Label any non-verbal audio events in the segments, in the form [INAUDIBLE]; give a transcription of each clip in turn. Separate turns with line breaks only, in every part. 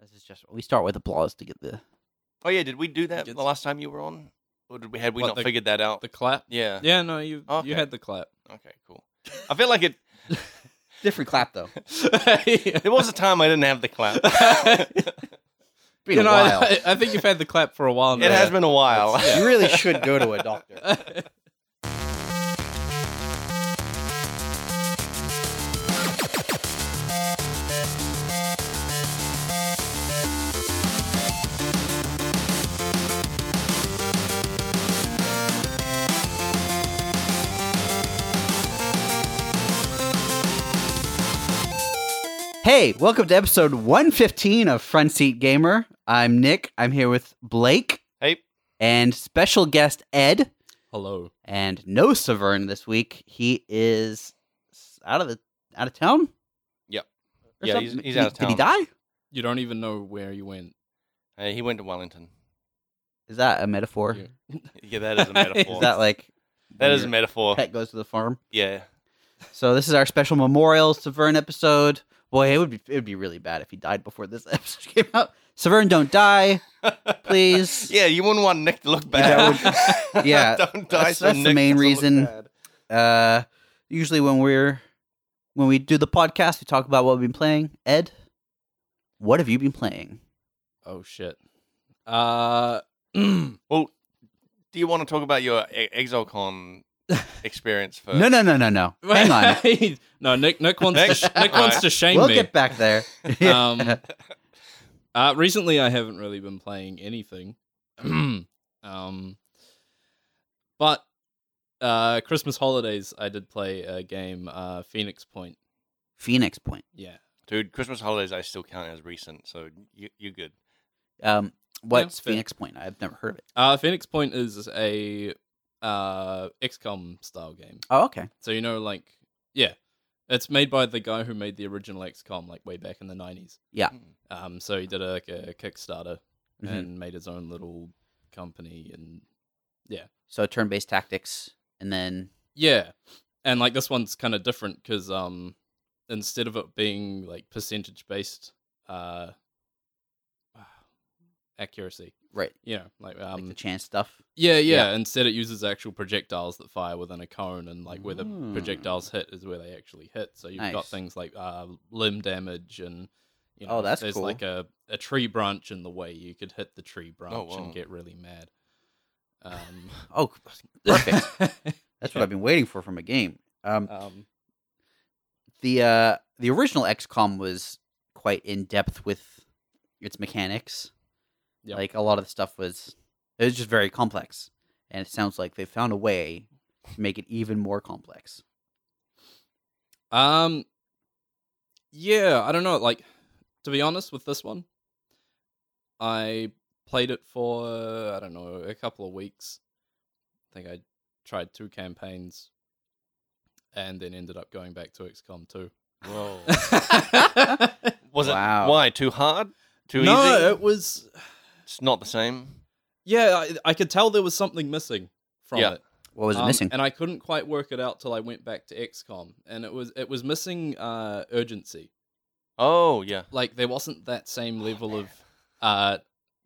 This is just we start with applause to get the
Oh yeah, did we do that
Gets-
the last time you were on? Or did we had we
What,
not
the-
figured that out?
The clap.
yeah.
Yeah, no, you
Oh,
Okay.
you had
[LAUGHS]
the clap. [LAUGHS]
Okay, cool. I feel like it
different clap [LAUGHS] though. [LAUGHS]
there was a time I didn't have the clap. [LAUGHS]
Been
you know,
a while.
I, I think you've had the clap for a while now.
It has been a while. [LAUGHS]
It's-
You really should go to a doctor. [LAUGHS] Hey, welcome to episode 115 of Front Seat Gamer. I'm Nick. I'm here with Blake
Hey,
and special guest Ed
[LAUGHS] Hello.
and no Severn this week. He is s- out of the out of town.
Yep.
Or
Yeah, he's-
something.
he's
Did-
out of
Did he
town.
die?
You don't even know where you went.
uh, he went to Wellington.
Is that a metaphor?
Yeah.
Yeah, that is a
[LAUGHS]
metaphor.
Is that like
that
when
is a
your
metaphor.
Pet goes to the farm.
Yeah. [LAUGHS]
So this is our special memorial Severn episode. Boy, it would be it would be really bad if he died before this [LAUGHS] episode came out. Severn, don't die, please.
[LAUGHS]
Yeah, you wouldn't want Nick to look
Yeah,
bad.
that would- yeah,
[LAUGHS] Don't die.
that's-
so
that's the
Nick
main
doesn't look
reason.
bad.
Uh, usually when we're when we do the podcast, we talk about what we've been playing. Ed, what have you been playing?
Oh shit. Uh [CLEARS THROAT]
Well, do you want to talk about your e-
[LAUGHS]
ExoCon experience
Uh,
first?
No, no, no, no,
[LAUGHS]
no. Hang on.
no, Nick Nick wants to
Nick?
sh- Nick wants to shame
we'll
me.
get back
[LAUGHS]
there.
um,
[LAUGHS]
uh, recently, I haven't really been playing anything. [CLEARS THROAT] um, but uh, Christmas holidays, I did play a game, uh, Phoenix Point.
Phoenix Point.
Yeah.
Dude, Christmas holidays I still count as recent, so you, you're good.
Um, what's
fair.
Phoenix Point? I've never heard of it.
Uh, Phoenix Point is a uh, XCOM style game.
Oh, okay.
So, you know, like, yeah, it's made by the guy who made the original XCOM, like, way back in the 90s.
Yeah.
Um, so he did a, like, a Kickstarter
Mhm.
and made his own little company and
So turn-based tactics, and then
Yeah, and like this one's kind of different because um, instead of it being like percentage based, uh, [SIGHS] accuracy,
right,
you know, like um,
like the chance stuff.
[LAUGHS] yeah, yeah, Instead, it uses actual projectiles that fire within a cone, and like where the
Mm.
projectiles hit is where they actually hit. So you've got
Nice.
things like uh, limb damage and. You know,
Oh,
if
that's
there's
cool.
like a, a tree branch in the way. You could hit the tree branch
wow.
and get really mad. Um,
Oh, perfect.
[LAUGHS]
That's what I've been waiting for from a game. Um,
um,
the uh, the original XCOM was quite in depth with its mechanics.
Yep.
Like a lot of the stuff was, it was just very complex, and it sounds like they found a way to make it even more complex.
Um Yeah, I don't know, like to be honest with this one, I played it for I don't know, a couple of weeks. I think I tried two campaigns and then ended up going back to XCOM 2.
Whoa.
[LAUGHS]
no,
Was
Wow.
it why too hard? Too easy?
it was
It's not the same.
yeah, I, I could tell there was something missing from
Yeah.
it.
What was
Um,
missing?
And I couldn't quite work it out till I went back to XCOM and it was it was missing uh urgency.
Oh yeah.
like there wasn't that same level of uh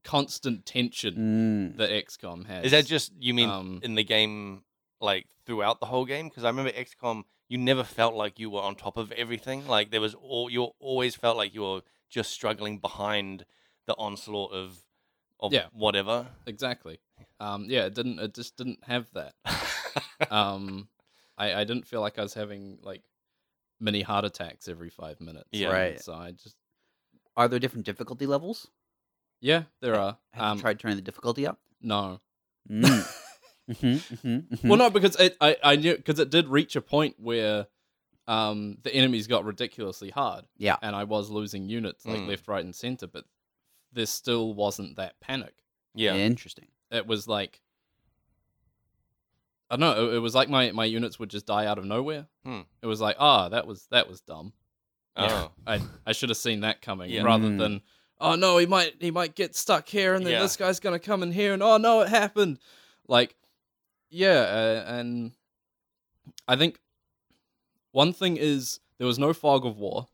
constant tension
Mm.
that XCOM has.
Is that just you mean
um,
in the game like throughout the whole game? Because I remember XCOM, you never felt like you were on top of everything. Like there was all you always felt like you were just struggling behind the onslaught of of
Yeah.
whatever. [LAUGHS]
exactly? Um, yeah, it didn't. It just didn't have that. Um, I, I didn't feel like I was having like mini heart attacks every five minutes.
Yeah.
Right.
So I just
Are there different difficulty levels?
yeah, there are.
Have
Um,
you tried turning the difficulty
[LAUGHS]
up?
[COUGHS]
Mm, mm-hmm,
no.
Hmm.
Mhm, mhm, mhm.
Well, no, because it, I I knew because it did reach a point where um the enemies got ridiculously hard.
Yeah.
And I was losing units like
Mm.
left, right, and center, but there still wasn't that panic.
yeah.
Interesting.
it was like I don't know, it, it was like my, my units would just die out of nowhere.
Hmm.
It was like, ah, that was that was dumb.
Oh.
I I should have seen that coming
Yeah.
rather
Mm.
than oh no, he might he might get stuck here and then
Yeah.
this guy's gonna come in here and oh no, it happened. Like yeah, uh, and I think one thing is there was no fog of war.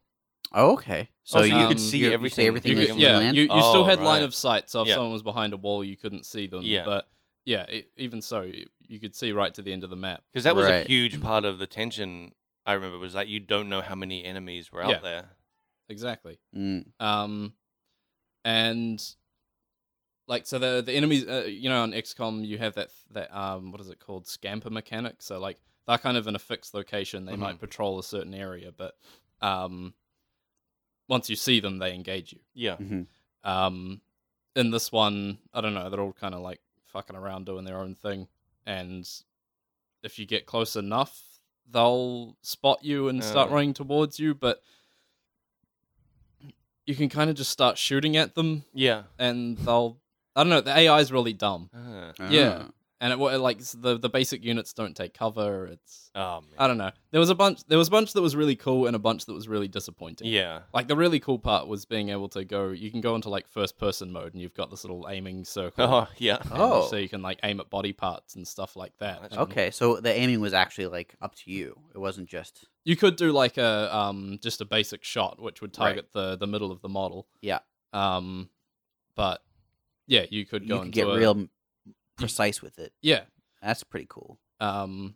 Oh, okay. So
Oh, so
you,
you could
um,
see
you- you
everything.
say everything
You
that's
could-
in
the
yeah,
land.
you, you still
Oh,
had line
right.
of sight, so if
Yeah.
someone was behind a wall, you couldn't see them.
Yeah.
But yeah, e- even so, you, you could see right to the end of the map.
because that was
Right.
a huge part of the tension. I remember was that you don't know how many enemies were out
Yeah.
there.
Exactly.
Mm.
Um, and like so the the enemies, uh, you know, on XCOM you have that that um what is it called scamper mechanic. So like they're kind of in a fixed location. They might patrol a certain area, but um, once you see them, they engage you.
Yeah,
Mhm.
Um, in this one, I don't know, they're all kind of like fucking around doing their own thing, and if you get close enough, they'll spot you and start
Uh.
running towards you. But you can kind of just start shooting at them,
yeah,
and they'll. I don't know. The AI is really dumb,
Ah.
Yeah.
Ah.
and it wa- like s- the the basic units don't take cover. It's
oh man,
I don't know. There was a bunch. There was a bunch that was really cool, and a bunch that was really disappointing.
yeah,
Like the really cool part was being able to go. You can go into like first person mode, and you've got this little aiming circle,
oh yeah,
and
Oh.
so you can like aim at body parts and stuff like that.
That's
And
cool.
Okay, so the aiming was actually like up to you. It wasn't just
You could do like a um just a basic shot, which would
Right.
target the the middle of the model.
Yeah.
Um, but yeah, you could go
you
into
could get
a-
real precise with it.
Yeah.
That's pretty cool.
Um,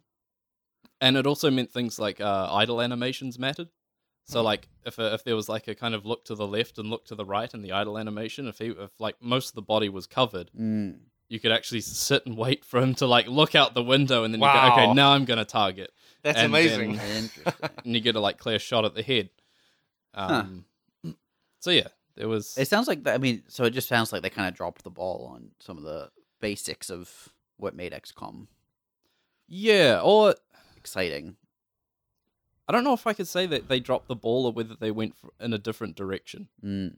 and it also meant things like uh, idle animations mattered.
Hmm.
So like if a, if there was like a kind of look to the left and look to the right in the idle animation, if he if like most of the body was covered,
Mm.
you could actually sit and wait for him to like look out the window and then you
Wow.
go, okay, now I'm gonna target,
that's
And
amazing. [LAUGHS]
then-
Interesting.
and you get a like clear shot at the head. Um, so yeah, there was
It sounds like that. I mean, so it just sounds like they kind of dropped the ball on some of the basics of what made XCOM
yeah, or
exciting.
I don't know if I could say that they dropped the ball or whether they went f in a different direction.
Mm.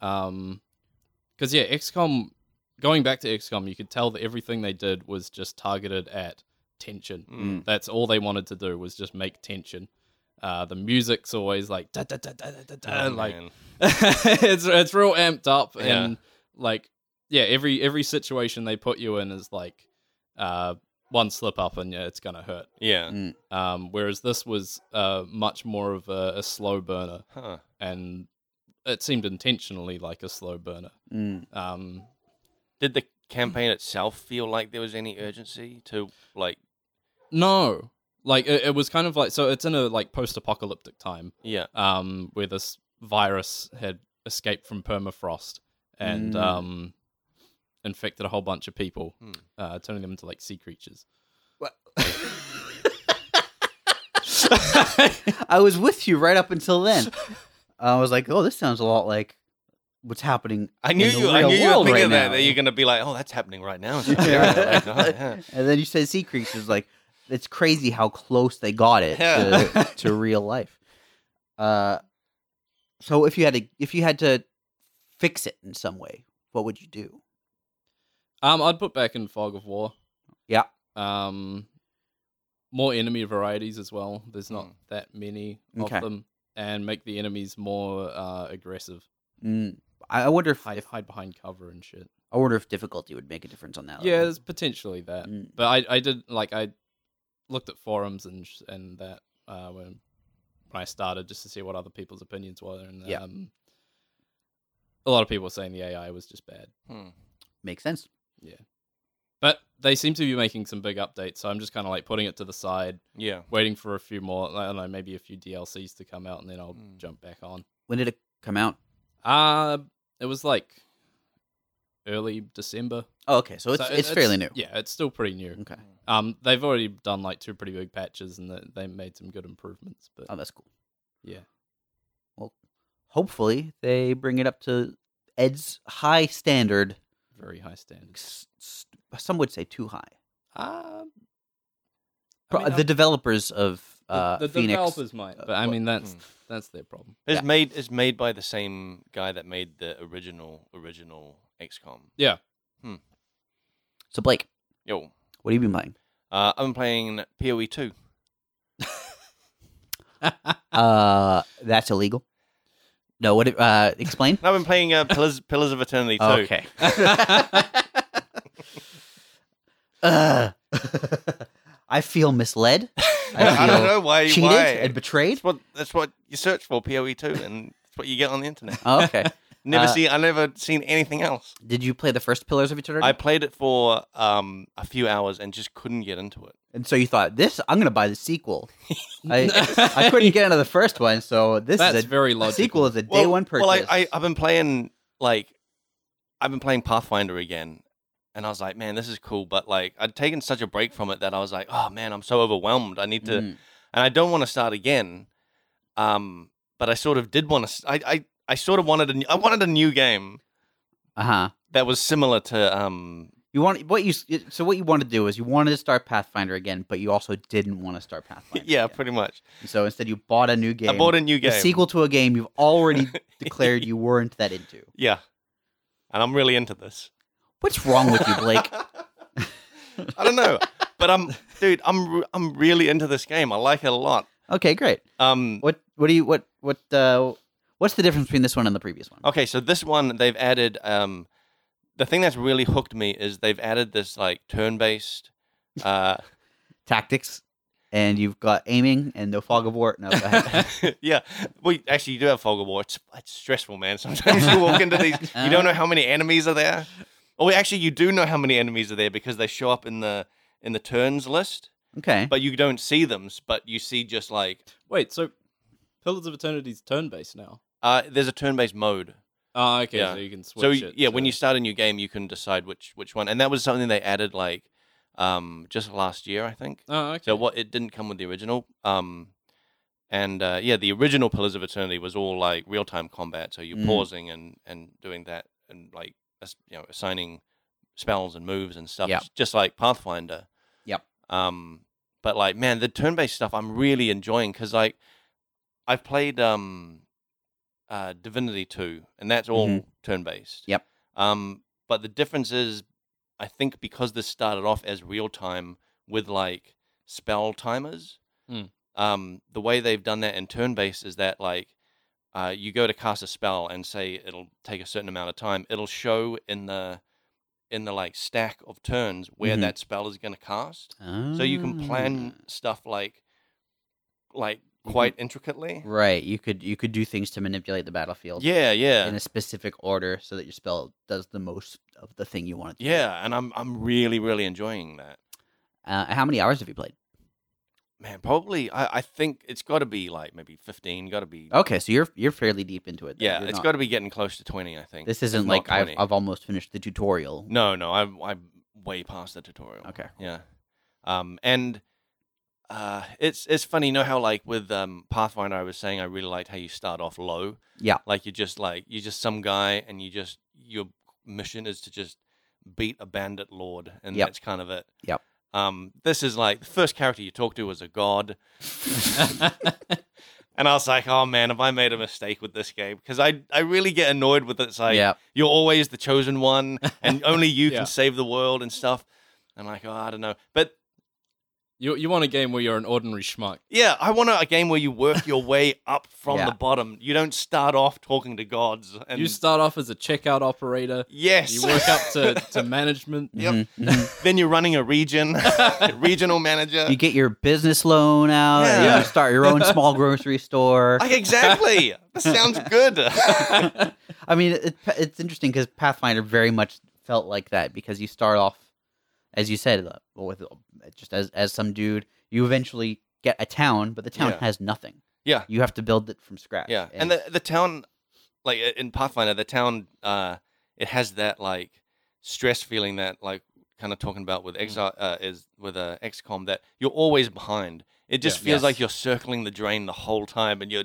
Um, because yeah, XCOM. Going back to XCOM, you could tell that everything they did was just targeted at tension.
Mm.
That's all they wanted to do was just make tension. Uh, the music's always like da da da da da da, da
Uh,
Oh,
like
man.
[LAUGHS] it's it's real amped up
Yeah.
and like yeah, every every situation they put you in is like uh one slip up and yeah, it's gonna hurt.
yeah,
mm.
Um, whereas this was uh much more of a, a slow burner
huh.
and it seemed intentionally like a slow burner.
Mm.
Um,
Did the campaign itself feel like there was any urgency to like?
no, like it, it was kind of like so it's in a like post-apocalyptic time,
[LAUGHS]
Yeah,
um, where this virus had escaped from permafrost and
Mm.
um, infected a whole bunch of people,
Hmm.
uh, turning them into like sea creatures.
I was with you right up until
[LAUGHS]
then. I was like, oh, this sounds a lot like what's happening.
I knew
in the
you. I
real
knew you were
world
thinking
right
that,
now.
that you're gonna be like, oh, that's happening
[LAUGHS]
right now. "Oh,
Yeah. [LAUGHS]
Yeah.
And then you said sea creatures. Like, it's crazy how close they got it
[LAUGHS]
Yeah.
to, to real life. Uh, so if you had to, if you had to fix it in some way, what would you do?
Um, I'd put back in Fog of War.
Yeah.
Um, more enemy varieties as well. There's not
Hmm.
that many
Okay.
of them, and make the enemies more uh, aggressive.
Mm. I I wonder if,
Hide,
if-
hide behind cover and shit.
I wonder if difficulty would make a difference on that.
Yeah,
level.
there's potentially that.
Mm.
But I, I did like I looked at forums and sh- and that uh, when when I started just to see what other people's opinions were, and
Yeah.
um, a lot of people were saying the AI was just bad.
Hmm.
makes sense.
But they seem to be making some big updates, so I'm just kind of like putting it to the side,
Yeah.
waiting for a few more. I don't know, maybe a few DLCs to come out, and then I'll
Hmm.
Mm.
jump back on.
When did it come out?
Uh it was like early December.
Oh, okay, so it's
So it-
it's, fairly new.
Yeah, it's still pretty new.
Okay.
Um, they've already done like two pretty big patches, and they- they made some good improvements. But
Oh, that's cool.
yeah,
Hopefully, they bring it up to Ed's high standard.
very high standards.
S- s- Some would say too high.
Um, Uh,
Pro- uh, the developers of uh,
the,
Phoenix. uh,
developers might, but I
what- hmm.
mean that's that's their problem.
It's
Yeah.
made it's made by the same guy that made the original original XCOM.
Yeah,
So Blake,
Yo,
what have you been playing?
uh, I'm playing PoE two.
Uh, that's illegal. No, what? it- Uh,
[LAUGHS]
explain.
No, I've been playing uh, Pillars Pillars of Eternity two.
okay.
[LAUGHS]
Ugh. [LAUGHS] I feel misled. I
[LAUGHS] I
feel
don't know why.
cheated
why.
and betrayed.
[LAUGHS] That's what that's what you search for PoE E two, and It's what you get on the internet.
Oh, okay.
Never
Uh,
see. I never seen anything else.
Did you play the first Pillars of Eternity?
I played it for um a few hours and just couldn't get into it.
and so you thought this? I'm going to buy the
[LAUGHS]
sequel. I
[LAUGHS]
I couldn't get into the first one, so this
That's
is a
very
the
logical.
sequel is a day one purchase.
Well, I, I I've been playing like I've been playing Pathfinder again, and I was like, man, this is cool. But like I'd taken such a break from it that I was like, oh man, I'm so overwhelmed. I need to,
Mm.
and I don't want to start again. Um, but I sort of did want to. I I I sort of wanted a, new- I wanted a new game
Uh-huh.
that was similar to um
You want what you so what you want to do is you wanted to start Pathfinder again, but you also didn't want to start Pathfinder.
[LAUGHS] yeah,
again.
pretty much.
And so instead you bought a new game.
I bought a new
the
game.
sequel to a game you've
[LAUGHS]
already declared you weren't that into.
Yeah, and I'm really into this.
What's wrong with you,
[LAUGHS]
Blake?
I
[LAUGHS]
don't know, but I'm, dude, I'm re- I'm really into this game. I like it a lot.
Okay, great.
Um,
What what do you what what uh what's the difference between this one and the previous one?
okay, so this one they've added. Um, the thing that's really hooked me is they've added this like turn-based. Uh, [LAUGHS]
Tactics and you've got aiming and no fog of war. No, go ahead.
[LAUGHS] yeah, well, actually, you do have fog of war. It's, it's stressful, man. Sometimes you walk into these, you don't know how many enemies are there. Oh, actually, you do know how many enemies are there because they show up in the in the turns list,
okay.
but you don't see them. s- But you see just like
Wait, so Pillars of Eternity's turn based now.
uh, there's a turn-based mode.
Oh, okay,
Yeah.
so you can switch
so
it.
yeah, when
to-
you start a new game, you can decide which which one, and that was something they added like um, just last year, I think.
Oh, okay.
So what it didn't come with the original, um, and uh, yeah, the original Pillars of Eternity was all like real time combat, so you're
Mm.
pausing and and doing that, and like as- you know assigning spells and moves and stuff,
Yep.
It's just like Pathfinder.
Yep.
Um, but like man, the turn based stuff I'm really enjoying because like I've played um uh, Divinity 2, and that's all
Mhm.
turn based.
Yep.
Um, but the difference is, I think because this started off as real time with like spell timers,
Mm.
um, the way they've done that in turn based is that like uh, you go to cast a spell and say it'll take a certain amount of time, it'll show in the in the like stack of turns where
Mhm.
that spell is going to cast, so you can plan
Ah.
stuff like like
Mm. You can-
quite intricately.
Ah. Right. You could you could do things to manipulate the battlefield
Yeah, yeah.
in a specific order so that your spell does the most of the thing you want it to do.
Yeah, and I'm I'm really really enjoying that.
Uh, how many hours have you played?
Man, probably I, I think it's got to be like maybe 15, got to be
Okay, so you're you're fairly deep into it. then.
Yeah,
Oh, You're
it's
not-
got to be getting close to 20, I think.
This
if
isn't
not
like I've
20.
I've almost finished the tutorial.
No, no, I am I'm way past the tutorial.
Okay.
Yeah. Um and uh it's it's funny you know how like with um Pathfinder I was saying I really liked how you start off low.
Yeah.
Like you're just like you're just some guy and you just your mission is to just beat a bandit lord and
Yep.
that's kind of it.
Yep.
Um this is like the first character you talk to is
[LAUGHS]
a god. And I was like, oh man, have I made a mistake with this game? Because I, I really get annoyed with it. It's like,
yeah.
you're always the chosen
[LAUGHS]
one and only you
Yeah.
can save the world and stuff. I'm like, oh, I don't know. But
you you want a game where you're an ordinary schmuck.
yeah, I want a game where you work your way
[LAUGHS]
up from
Yeah.
the bottom. You don't start off talking to gods. And
You start off as a checkout operator.
yes,
You work up to,
[LAUGHS]
to management.
Yep.
Mhm, mhm.
[LAUGHS] then you're running a
[LAUGHS]
region, [LAUGHS] regional manager.
you get your business loan out. and
Yeah.
You start your
[LAUGHS]
own small grocery store.
Like,
[LAUGHS]
exactly. that sounds good.
I mean, it, it's interesting because Pathfinder very much felt like that because you start off, as you said, uh, with just as as some dude. You eventually get a town, but the town
Yeah.
has nothing.
Yeah.
you have to build it from scratch.
Yeah, and the the town, like i- in Pathfinder, the town, uh, it has that like stress feeling that like kind of talking about with exile uh, is with uh, XCOM that you're always behind. It just
Yeah.
feels
Yes.
like you're circling the drain the whole time, and you're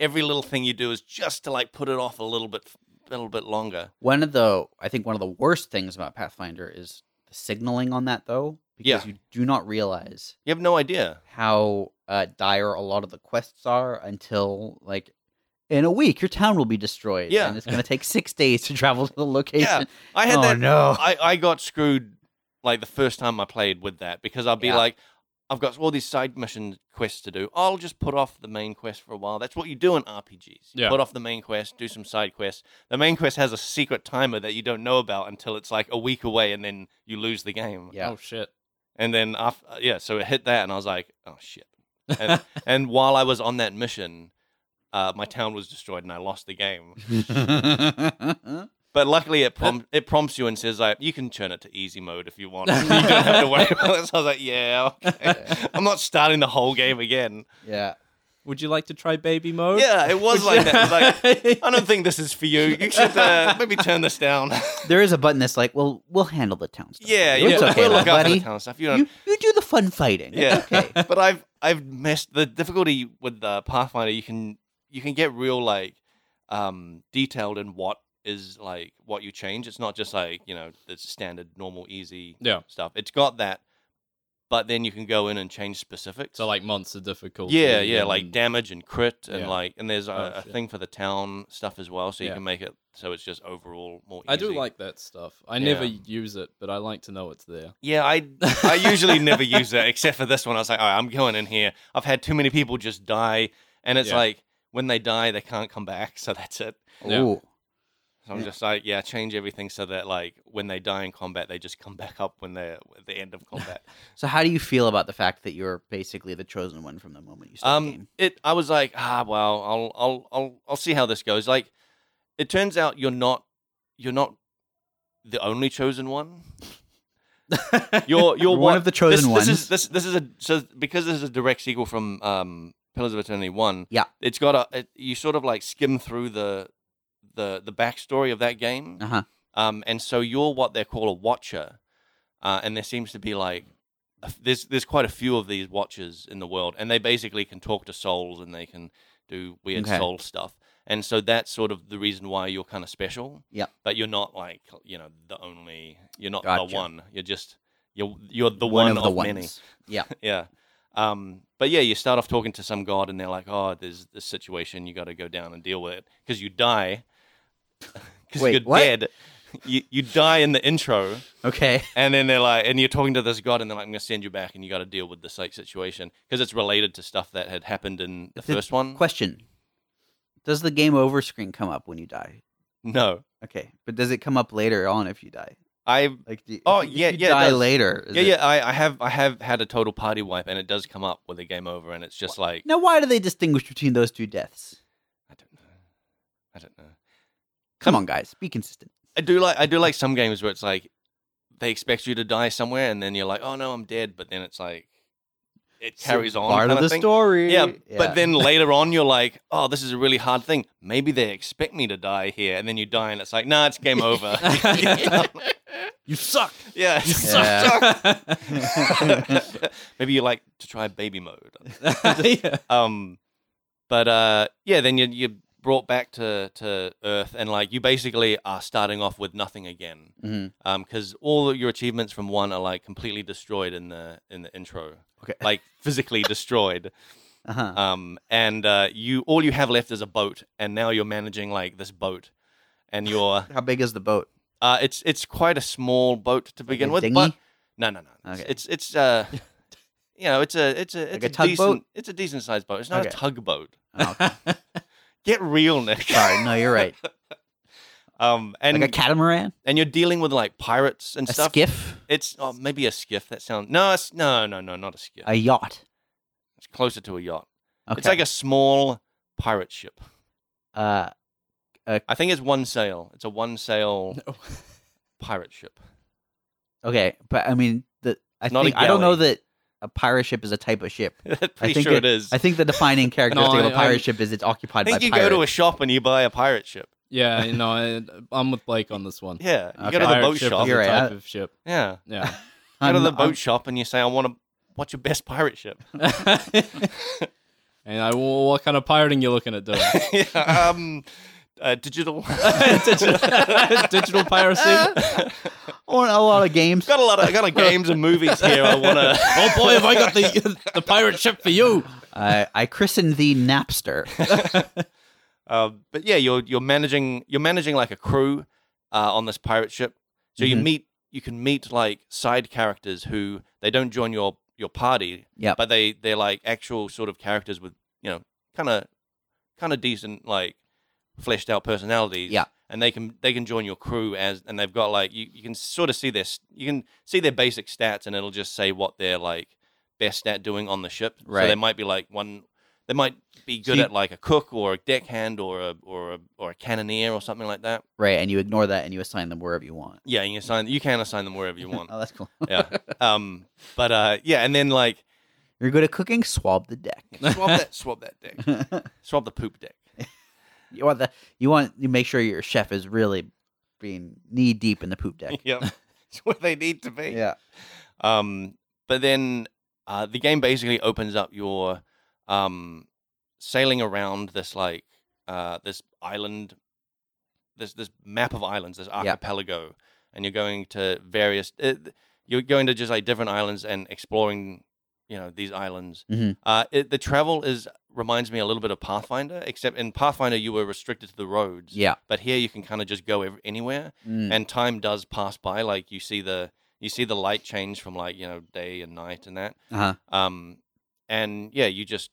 every little thing you do is just to like put it off a little bit, a little bit longer.
One of the I think one of the worst things about Pathfinder is the signaling on that though, because
Yeah.
you do not realize
You have no idea.
how uh, dire a lot of the quests are until like in a week your town will be destroyed.
Yeah.
and it's going to take six days to travel to the location.
Yeah, I had
oh
that.
no!
I, I got screwed like the first time I played with that because I'll be
Yeah.
like, I've got all these side mission quests to do. I'll just put off the main quest for a while. That's what you do in RPGs. You
Yeah.
Put off the main quest, do some side quests. The main quest has a secret timer that you don't know about until it's like a week away and then you lose the game.
Yeah.
Oh shit.
And then uh, after,
[LAUGHS]
yeah, so it hit that and I was like, oh shit. And, and while I was on that mission, uh, my town was destroyed and I lost the
[LAUGHS]
game.
yeah,
But luckily, it prom- it prompts you and says like, you can turn it to easy mode if you
[LAUGHS]
want. you don't have to worry about it. So I was like, yeah, okay. I'm not starting the whole game again.
Would you like to try baby mode?
Yeah, it was like that. It was like,
[LAUGHS]
[LAUGHS]
I don't think this is for you. You should uh, maybe turn this down. [LAUGHS]
there is a button that's like, well, we'll handle the town stuff.
yeah,
for you.
you
it's
[LAUGHS] know,
okay,
we'll
my
look after
buddy.
the town stuff. You don't
You, you do the fun fighting.
Yeah.
[LAUGHS]
[LAUGHS] okay.
but I've I've messed the difficulty with the Pathfinder. You can you can get real like um detailed in what is like what you change. It's not just like you know the standard normal easy
Yeah.
stuff. It's got that, but then you can go in and change specifics.
So like monster difficulty.
yeah, yeah, like
and-
damage and crit and
Yeah.
like and there's a,
Oh,
a
shit.
thing for the town stuff as well, so you
Yeah.
can make it so it's just overall more. Easy.
I do like that stuff. I
Yeah.
never use it, but I like to know it's [LAUGHS] there.
Yeah, I I usually never use it except for this one. I was like, all right, I'm going in here. I've had too many people just die, and it's
Yeah.
like when they die, they can't come back, so that's it.
Yeah.
Ooh.
So I'm
Yeah.
just like, yeah, change everything so that like when they die in combat, they just come back up when they're at the end of combat.
So how do you feel about the fact that you're basically the chosen one from the moment you start the
um,
game?
it. I was like, ah, well, I'll I'll I'll I'll see how this goes. Like, it turns out you're not you're not the only chosen one. [LAUGHS] You're you're
one,
what-
of the chosen ones.
this, This is this this is a so because this is a direct sequel from um, Pillars of Eternity One.
Yeah.
it's got a it, you sort of like skim through the the the backstory of that game.
Uh-huh.
Um, and so you're what they call a watcher, uh, and there seems to be like a f- there's there's quite a few of these watchers in the world, and they basically can talk to souls and they can do weird
Okay.
soul stuff. And so that's sort of the reason why you're kind of special.
Yeah.
But you're not like you know the only. You're not
Gotcha.
the one. You're just you're you're the
one,
one,
of the
many.
ones. Yeah.
Yeah. Um, but yeah, you start off talking to some god, and they're like, "Oh, there's this situation. You got to go down and deal with it because you die [LAUGHS] because
Wait,
you're
what?
dead. You you die in the intro,
Okay. [LAUGHS]
and then they're like, and you're talking to this god, and they're like, "I'm gonna send you back, and you got to deal with this like situation because it's related to stuff that had happened in the
Did-
first one."
Question. Does the game over screen come up when you die?
No,
Okay. But does it come up later on if you die?
I
Like do,
Oh,
if you-
yeah,
if you
yeah, it
die
does.
later. is
yeah
it-
yeah I, I have I have had a total party wipe, and it does come up with a game over, and it's just like
Now why do they distinguish between those two deaths?
I don't know, I don't know.
Come on guys, be consistent.
I do like I do like some games where it's like they expect you to die somewhere and then you're like, oh no, I'm dead, but then it's like it carries on.
Part
kind
of the
thing.
story.
Yeah,
[LAUGHS]
but then [LAUGHS] later on you're like, oh, this is a really hard thing. Maybe they expect me to die here, and then you die, and it's like, nah, it's
[LAUGHS]
game over. yeah,
You suck.
[LAUGHS]
[LAUGHS]
maybe you like to try baby mode. Um, but uh, yeah, then you you brought back to to Earth, and like you basically are starting off with nothing again
Mhm.
because Um, all of your achievements from one are like completely destroyed in the in the intro,
Okay. [LAUGHS]
like physically destroyed.
Uh-huh.
Um, and uh, you all you have left is a boat, and now you're managing like this boat, and
[LAUGHS]
you're
How big is the boat?
uh, it's it's quite a small boat to begin
a
with,
dinghy?
but no, no, no,
Okay.
okay. it's
[LAUGHS]
it's uh. You know, it's a it's a it's
a
a,
tugboat?
decent it's a decent sized boat. It's not
Okay.
a tugboat.
Oh,
[LAUGHS]
okay.
Get real, Nick.
Sorry, no, you're right.
[LAUGHS] Um, and
like a catamaran,
and you're dealing with like pirates and
a
stuff.
skiff,
It's oh, maybe a skiff. That sounds no, it's, no, no, no, not a skiff.
a yacht.
It's closer to a yacht.
Okay.
It's like a small pirate ship.
uh,
I think it's one sail. It's a one sail pirate ship. [LAUGHS]
okay, but I mean the I
Not a
think I don't know
galley.
that a pirate ship is a type of ship.
Pretty
think
sure it is.
I think the
[LAUGHS]
defining [LAUGHS] characteristic of a
I-
pirate
I'm-
ship is it's occupied
I think
by
you
pirates.
go to a shop and you buy a pirate ship.
[LAUGHS] yeah, no, I, I'm with Blake on this one.
Yeah, you
Okay.
go to the
Pirate
boat
ship
shop.
is a
You're right,
type
I-
of ship.
Yeah,
[LAUGHS] Yeah.
go to
I'm-
the boat
I'm-
shop and you say, "I want to." What's your best pirate
[LAUGHS]
ship? [LAUGHS]
and I, well, what kind of pirating you
[LAUGHS]
looking at doing?
yeah, um, uh, [LAUGHS] digital.
digital, digital [LAUGHS] piracy.
I want a lot of
[LAUGHS]
games.
got a lot
[LAUGHS]
of got a games and movies here. I want [LAUGHS] to.
Oh boy, have I got the the pirate ship for you?
I I christened the
[LAUGHS]
Napster.
Um, but yeah, you're you're managing you're managing like a crew uh, on this pirate ship. So you
Mhm.
meet you can meet like side characters who they don't join your your party.
Yep.
But they they're like actual sort of characters with you know kind of kind of decent like fleshed out personalities.
Yeah.
And they can they can join your crew as and they've got like you, you can sort of see this you can see their basic stats and it'll just say what they're like best at doing on the ship. So
Right.
they might be like one They might be good
you-
at like a cook or a deckhand or a or a or a cannoneer or something like that.
right? And you ignore that and you assign them wherever you want.
Yeah, you assign you can assign them wherever you want.
[LAUGHS] oh, that's cool.
yeah. Um. But uh. Yeah. And then like
You're good at cooking. Swab the
[LAUGHS]
deck.
swap that swap that deck swap the poop deck.
[LAUGHS] you want the you want you make sure your chef is really being knee deep in the poop
[LAUGHS]
deck.
[LAUGHS] yep. It's where they need to be. Um, but then uh, the game basically opens up your um, sailing around this like uh, this island, this this map of islands, this archipelago, and you're going to various. Uh, you're going to just like different islands and exploring, you know, these islands.
Mhm.
Uh, it, the travel is reminds me a little bit of Pathfinder, except in Pathfinder you were restricted to the roads.
yeah.
But here you can kind of just go ev- anywhere
Mm.
and time does pass by like you see the you see the light change from like you know day and night and that
Uh-huh.
um and yeah you just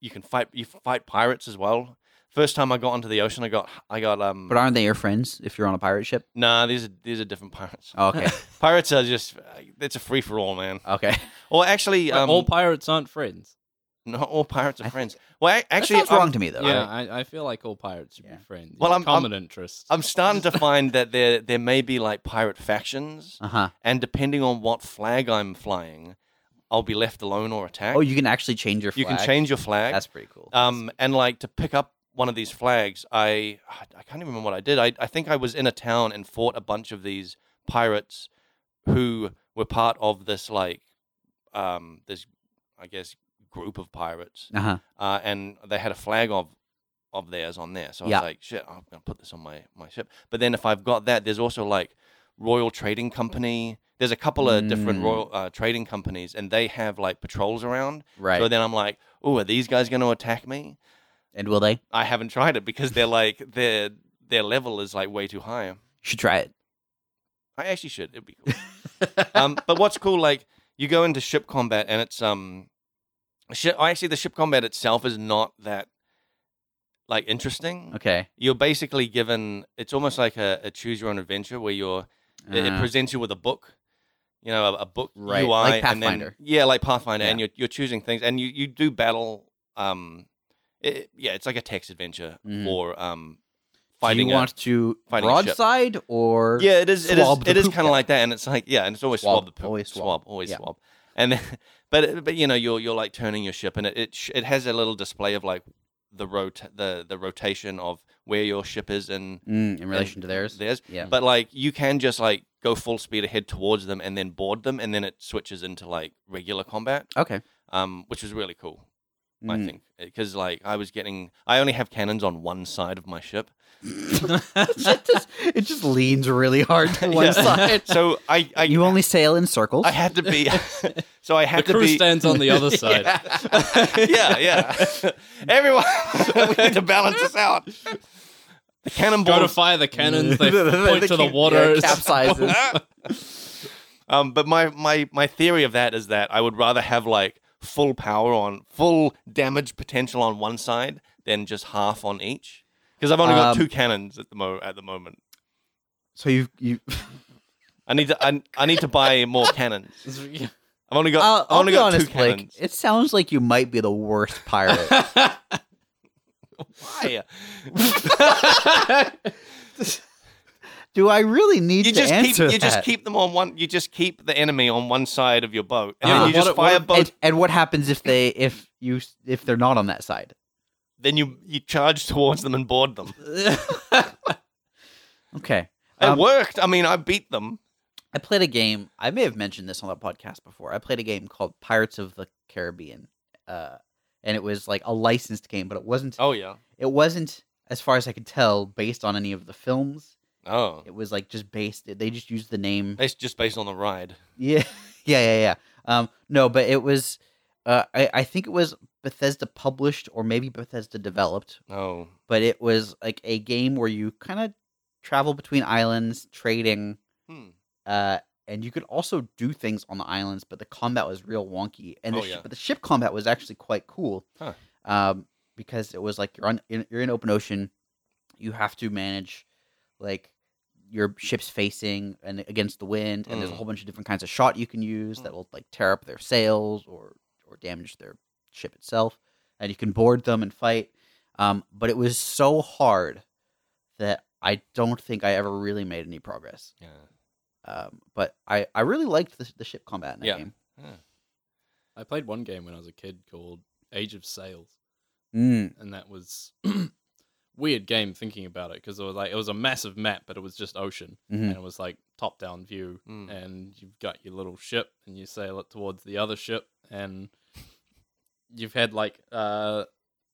you can fight you fight pirates as well first time i got onto the ocean i got i got um
But aren't they your friends if you're on a pirate ship?
nah these are these are different pirates
Oh,
[LAUGHS]
okay.
pirates are just uh, it's a free for all man
okay.
or actually
But
um,
all pirates aren't friends.
not all pirates
I-
are friends well a- actually um,
that sounds wrong
I'm,
to me though.
yeah,
right?
I, I feel like all pirates should
Yeah.
be friends.
Well,
Yeah,
I'm- I'm-
common interest.
I'm starting
[LAUGHS]
to find that there there may be like pirate factions
Uh huh.
and depending on what flag i'm flying i'll be left alone or attacked
Oh, you can actually change your. Flag.
you can change your flag.
That's pretty cool.
um, and like to pick up one of these flags, I I can't even remember what I did. I, I think I was in a town and fought a bunch of these pirates who were part of this like um this I guess group of pirates,
Uh huh.
uh, and they had a flag of of theirs on there. So I
Yeah.
was like, shit, I'm gonna put this on my my ship. But then if I've got that, there's also like Royal Trading Company. There's a couple of different
Mm.
royal uh, trading companies, and they have like patrols around.
Right.
So then I'm like, oh, are these guys going to attack me?
and will they? You
I haven't tried it because they're like their their level is like way too high.
should try
[LAUGHS]
it. [LAUGHS]
I actually should. It'd be cool. um, but what's cool, like you go into ship combat and it's um, ship. I actually the ship combat itself is not that like interesting.
Okay.
You're basically given. It's almost like a, a choose your own adventure where you're it, it
Uh,
presents you with a book, you know, a, a book
Right,
UI,
like
and then-
Pathfinder.
yeah, like Pathfinder,
Yeah.
and you're you're choosing things, and you you do battle. Um, it, yeah, it's like a text adventure
Mhm.
for
do
um,
you
fighting. a-
want to
fighting a ship.
broadside or
yeah, it is. It is.
swab the
It is
poop
kind of
out?
like that, and it's like yeah, and it's always
Swab,
swab, the poop,
always swab.
always
Yeah.
swab, and then, [LAUGHS] but it- but you know you're you're like turning your ship, and it it, sh- it has a little display of like the rot the the rotation of where your ship is and
Mm, in relation to theirs?
theirs.
yeah.
But like you can just like go full speed ahead towards them and then board them and then it switches into like regular combat,
okay.
um, which was really cool. I
Mm. [LAUGHS]
think because like I was getting, I only have cannons on one side of my ship,
it, just, it just leans really hard
[LAUGHS]
to one
Yeah.
side.
so I I,
you only sail in circles.
I had to be, [LAUGHS] so I
the
had to
crew
be.
stands on the other side.
[LAUGHS] yeah, yeah. [LAUGHS] Everyone, we need to balance this out. The
Go to
cannonballs
fire the
[LAUGHS]
cannons. They
The
point to the
ca-
water.
yeah, capsizes.
[LAUGHS] um, but my, my my theory of that is that I would rather have like full power on full damage potential on one side than just half on each because I've only got
Um,
two cannons at the mo at the moment.
so you you.
I need to I, I need to buy
[LAUGHS]
more cannons. I've only got
I'll,
I've
I'll
only
be
got
honest,
two
Blake.
cannons.
It sounds like you might be the worst
[LAUGHS]
pirate.
Why?
Do I really need
You
to
just keep
answer
you just
that?
keep them on one. You just keep the enemy on one side of your boat, and
Yeah,
then
but
you just
what- what-
fire both.
And, and Uh-huh. what happens if they if you s- if they're not on that side?
then you you charge towards them and board them.
Okay.
It
Um,
worked. I mean, I beat them.
I played a game. I may have mentioned this on the podcast before. I played a game called Pirates of the Caribbean, uh, and it was like a licensed game, but it wasn't.
Oh yeah.
It wasn't, as far as I could tell, based on any of the films.
Oh,
It was like just based. They just used the name.
that's just based on the ride.
Yeah, [LAUGHS] yeah, yeah, yeah. Um, no, but it was. Uh, I, I think it was Bethesda published or maybe Bethesda developed,
Oh,
but it was like a game where you kind of travel between islands, trading,
Hmm.
uh, and you could also do things on the islands, but the combat was real wonky. And the
Oh,
shi-
yeah.
but the ship combat was actually quite cool,
Huh.
um, because it was like you're on in, you're in open ocean, you have to manage like your ship's facing and against the wind, and there's a
Mm.
whole bunch of different kinds of
Hmm.
shot you can use that will like tear up their sails or or damage their ship itself. and you can board them and fight. Um, but it was so hard that I don't think I ever really made any progress.
Yeah.
Um, but I, I really liked the, the ship combat in that
Yeah.
game.
[LAUGHS] I played one game when I was a kid called Age of Sails,
Mm,
and that was [CLEARS THROAT] weird game thinking about it because it was like it was a massive map, but it was just ocean,
mhm.
and it was like top down view,
Hmm. Uh,
Mm.
and you've got your little ship, and you sail it towards the other ship, and you've had like uh,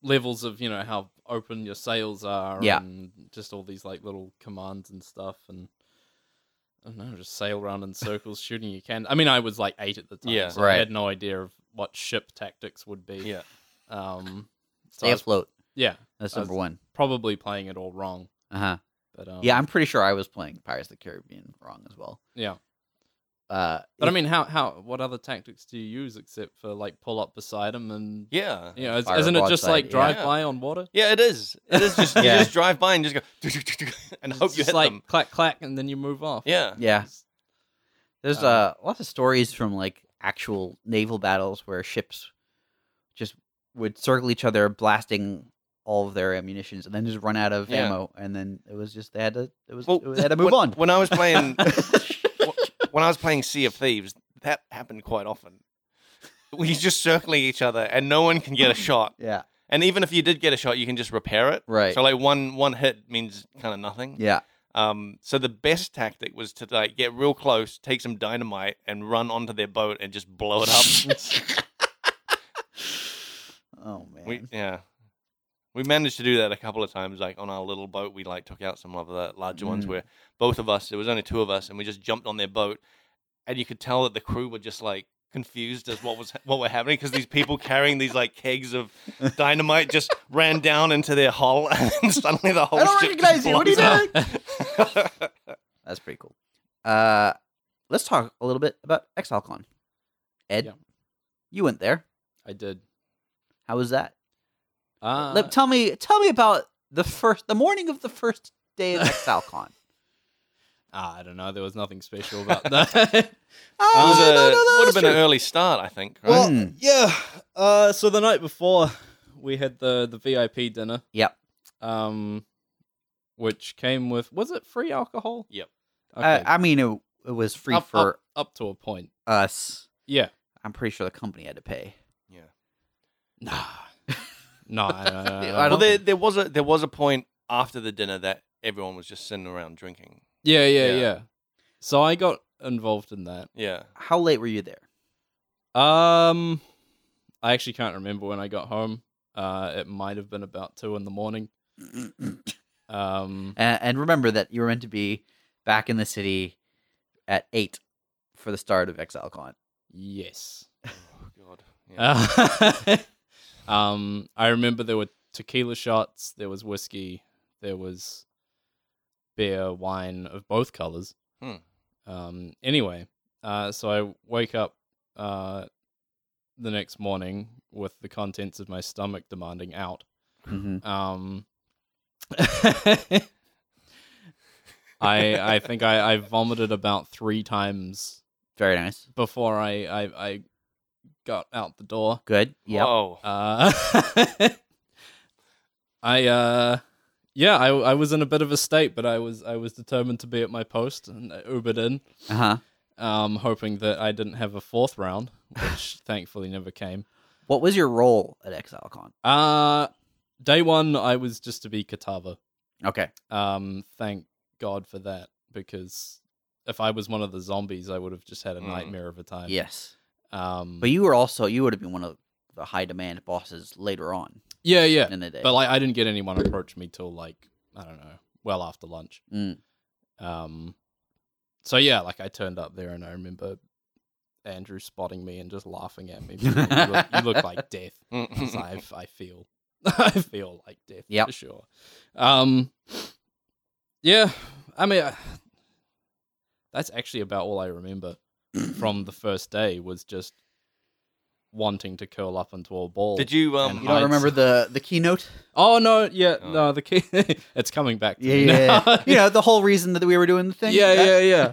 levels of you know how open your sails are,
Yeah.
and just all these like little commands and stuff, and. I don't know, just sail around in circles, shooting your can. I mean, I was like eight at the time,
Yeah.
so I
Right.
had no idea of what ship tactics would be.
Yeah.
[LAUGHS]
Um, so I
Stay
was-
afloat.
yeah,
That's
I was-
number one.
probably playing it all wrong.
Uh huh.
But
Oh.
um,
yeah, I'm pretty sure I was playing Pirates of the Caribbean wrong as well.
yeah.
Uh,
But I
it-
mean, how how what other tactics do you use except for like pull up beside him and
Yeah.
you know, is,
Fire
isn't it just
broadside,
like
yeah.
drive
Yeah.
by on water?
Yeah, it is. It is
[LAUGHS]
just
Yeah.
you just drive by and just go [LAUGHS] and
It's
[LAUGHS] hope you
just
hit
like
them.
clack clack and then you move off.
Yeah.
yeah,
It's-
there's
um,
uh, lots of stories from like actual naval battles where ships just would circle each other, blasting all of their ammunitions, and then just run out of
Yeah.
ammo, and then it was just they had to it was
Well,
they had to move
when,
on.
When I was playing when I was playing Sea of Thieves, that happened quite often. We just circling each other and no one can get a shot.
[LAUGHS] yeah,
And even if you did get a shot, you can just repair it.
right.
So like one one hit means kind of nothing.
yeah,
Um, so the best tactic was to like get real close, take some dynamite, and run onto their boat and just blow it
[LAUGHS]
up.
oh man,
we yeah, we managed to do that a couple of times. Like on our little boat, we like took out some of the larger ones
Mm.
where both of us. There was only two of us, and we just jumped on their boat, and you could tell that the crew were just like confused as what was what were happening because these people carrying these like kegs of dynamite just ran down into their hull, [LAUGHS] and suddenly the whole
I don't
ship
recognize you. What are
[LAUGHS]
you
blows up.
doing? That's pretty cool. Uh, let's talk a little bit about ExileCon. Ed,
Yeah.
you went there.
I did.
How was that?
Uh,
Let- tell me, tell me about the first, the morning of the first
[LAUGHS]
day of ExileCon.
ah, I don't know. There was nothing special about that.
It was
Ah,
a,
no, no, no,
would have
that's
been an
true.
early start, I think. Right?
Well,
[LAUGHS] Well, yeah. Uh, so the night before, we had the the VIP dinner.
Yep.
Um, which came with was it free alcohol? Uh,
Yep.
Okay.
I, I mean, it, it was free
up,
for
up, up to a point.
us.
Yeah.
I'm pretty sure the company had to pay.
yeah.
Nah. [LAUGHS] nah. I don't- I don't-
I
well,
don't
there,
think-
there was a there was a point after the dinner that everyone was just sitting around drinking.
yeah, yeah,
Yeah.
yeah, So I got involved in that.
Yeah.
How late were you there?
Um, I actually can't remember when I got home. Uh, it might have been about two in
[CLEARS THROAT]
the morning.
and,
Um,
and remember that you were meant to be back in the city at eight for the start of ExileCon.
yes.
Oh God. Yeah.
Uh, [LAUGHS] um, I remember there were tequila shots, there was whiskey, there was beer, wine of both colors.
Hmm.
Um, anyway, uh, so I wake up uh, the next morning with the contents of my stomach demanding out.
Mhm.
Um, [LAUGHS] I I think I, I vomited about three times
Very nice.
before I I, I got out the door.
Good. Yeah.
Whoa.
Uh, [LAUGHS] I uh, yeah, I I was in a bit of a state, but I was I was determined to be at my post and I Ubered in,
Uh huh.
um, hoping that I didn't have a fourth round, which thankfully never came.
What was your role at ExileCon?
Uh day one I was just to be Katava.
Okay.
Um, thank God for that because if I was one of the zombies, I would have just had a
Mm.
nightmare of a time.
Yes.
Um,
But you were also you would have been one of the high demand bosses later on
yeah, yeah.
[LAUGHS] in the day.
But like, I didn't get anyone approach me till like I don't know, well after lunch.
Mm.
Um, so yeah, like I turned up there, and I remember Andrew spotting me and just laughing at me. being like, you, look, you
[LAUGHS]
look like death. I
[LAUGHS]
was like, I, f- I feel, [LAUGHS] I feel like death
Yep.
for sure. Um, yeah, I mean, I, that's actually about all
[CLEARS THROAT]
I remember from the first day was just wanting to curl up into a ball.
Did you um?
you don't [LAUGHS]
Heights.
remember the the
[LAUGHS]
keynote?
Oh no, yeah,
Oh.
no, the key. [LAUGHS] it's coming back. To
Yeah,
me
yeah.
now.
[LAUGHS] you
[LAUGHS]
know the whole reason that we were doing the thing.
yeah,
That- [LAUGHS]
yeah, yeah.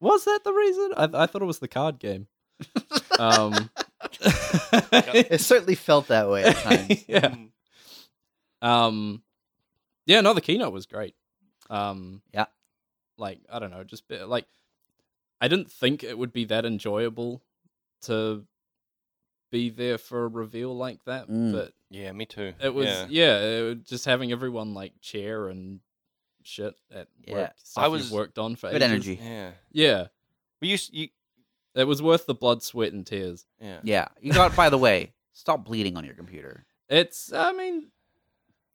Was that the reason? I, I thought it was the card game. Um, [LAUGHS]
It certainly felt that way at times.
yeah. Um, yeah, no, the keynote was great. Um,
Yeah.
like I don't know, just bit, like I didn't think it would be that enjoyable to be there for a reveal like that,
Mm.
but
Yeah, me too.
it was
Yeah.
yeah, it was just having everyone like cheer and shit at
Yeah.
work. Stuff I was
was-
worked on for
Good
ages.
energy.
Yeah.
Yeah,
But you, s- you
it was worth the blood, sweat, and tears.
yeah.
Yeah. You got, by the way, stop bleeding on your
[LAUGHS]
computer.
It's I mean,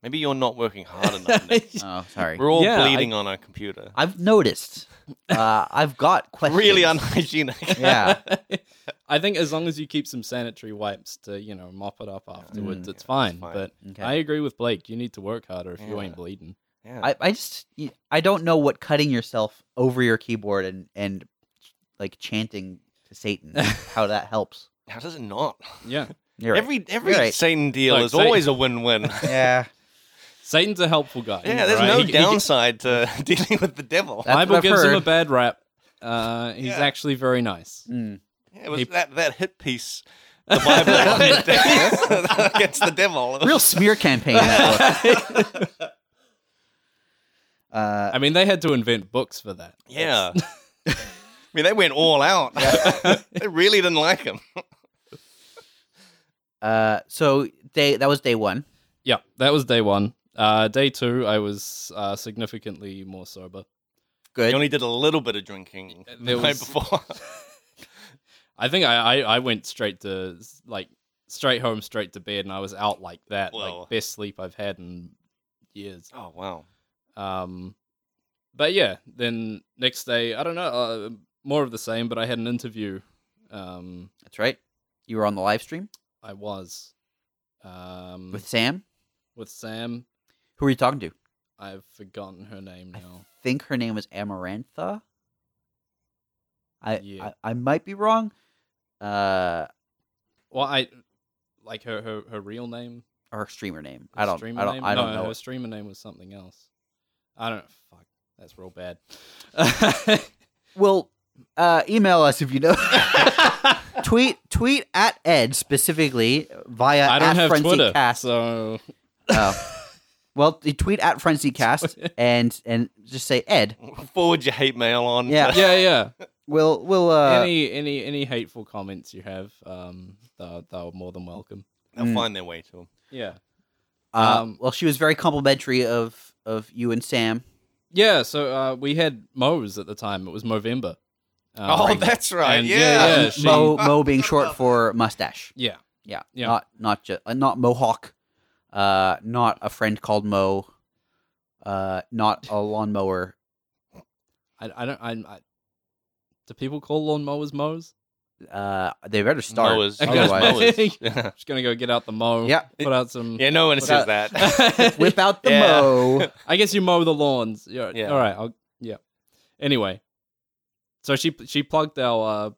Maybe you're not working
[LAUGHS]
[LAUGHS]
hard enough. Nick.
Oh, sorry.
We're all
Yeah, I-
bleeding on our computer.
I've noticed. Uh, I've got questions.
Really unhygienic.
Yeah.
[LAUGHS] I think as long as you keep some sanitary wipes to, you know, mop it up afterwards,
Mm.
it's,
Yeah,
fine,
it's fine.
But
Okay.
I agree with Blake. You need to work harder if you
Yeah. [LAUGHS]
ain't bleeding.
yeah.
I, I just I don't know what cutting yourself over your keyboard and and like chanting to Satan how
[LAUGHS]
that helps.
How does it not?
Yeah.
You're right.
Every every
You're right.
Satan deal
Look,
is
Satan-
always a win-win.
Yeah,
Satan's a helpful guy.
[LAUGHS] yeah, there's
right? [LAUGHS]
no
He- he-
downside to [LAUGHS] dealing with the devil.
That's
Bible
what I've
gives him a
heard.
bad rap. Uh, he's
Yeah.
actually
[LAUGHS]
very nice. [LAUGHS]
Mm.
Yeah, it was
He-
that, that hit piece, the Bible [LAUGHS] against the devil.
real smear campaign. That
[LAUGHS]
was. Uh,
I mean, they had to invent books for that.
Yeah. I mean, they went all out. [LAUGHS] they really didn't like him.
uh, so day that was day one.
[LAUGHS] Yeah, that was day one. Uh, day two, I was uh, significantly more
He
sober.
Good.
only did a little bit of drinking the
There
night
was-
before.
[LAUGHS] I think I, I, I went straight to like straight home, straight to bed, and I was out like that,
Whoa.
like best sleep I've had in years.
oh, wow.
Um, but yeah, then next day, I don't know, uh, more of the same. But I had an interview. Um,
That's right. You were on the live stream
I was um,
with Sam.
with Sam.
Who were you talking to?
I've forgotten her name
I
now.
think her name was Amarantha. I
Yeah.
I, I might be wrong. Uh,
Well, I like her her, her real name.
her streamer name.
her
I don't.
Streamer
I don't.
name?
I don't
no,
know.
Her streamer name was something else. I don't. Fuck, that's real
[LAUGHS]
bad.
Well, uh, email us if you know. [LAUGHS] tweet tweet at Ed specifically via
I don't
at
have
Frenzy
Twitter,
Cast.
so
Oh. well, you tweet at
[LAUGHS]
Frenzy Cast and and just say Ed.
Forward your hate mail on.
Yeah.
to-
yeah, yeah.
We'll we'll uh,
Mm-hmm. any any any hateful comments you have, um, they're, they're more than welcome.
They'll
Mm.
find their way to him.
Yeah.
uh,
um,
well she was very complimentary of of you and Sam.
Yeah, so uh, we had Moe's at the time. It was Movember. Um,
oh, that's right.
and-
yeah.
yeah, yeah. she-
Uh, Mo Mo being short for mustache.
yeah.
Yeah.
Yeah.
Not not just uh, not mohawk. Uh, not a friend called Mo. Uh, not a lawnmower.
I, I don't. I, I do people call lawnmowers Moe's?
Uh, they better start.
Mowers.
Okay.
Otherwise,
Mowers.
[LAUGHS]
Yeah.
Just gonna go get out the mow.
Yeah.
put out some.
yeah, no one
But
[LAUGHS]
says that. [LAUGHS]
[LAUGHS]
whip out the
Yeah.
mo.
I guess you mow the lawns. Yeah.
Yeah.
All right. I'll, yeah. Anyway, so she she plugged our uh,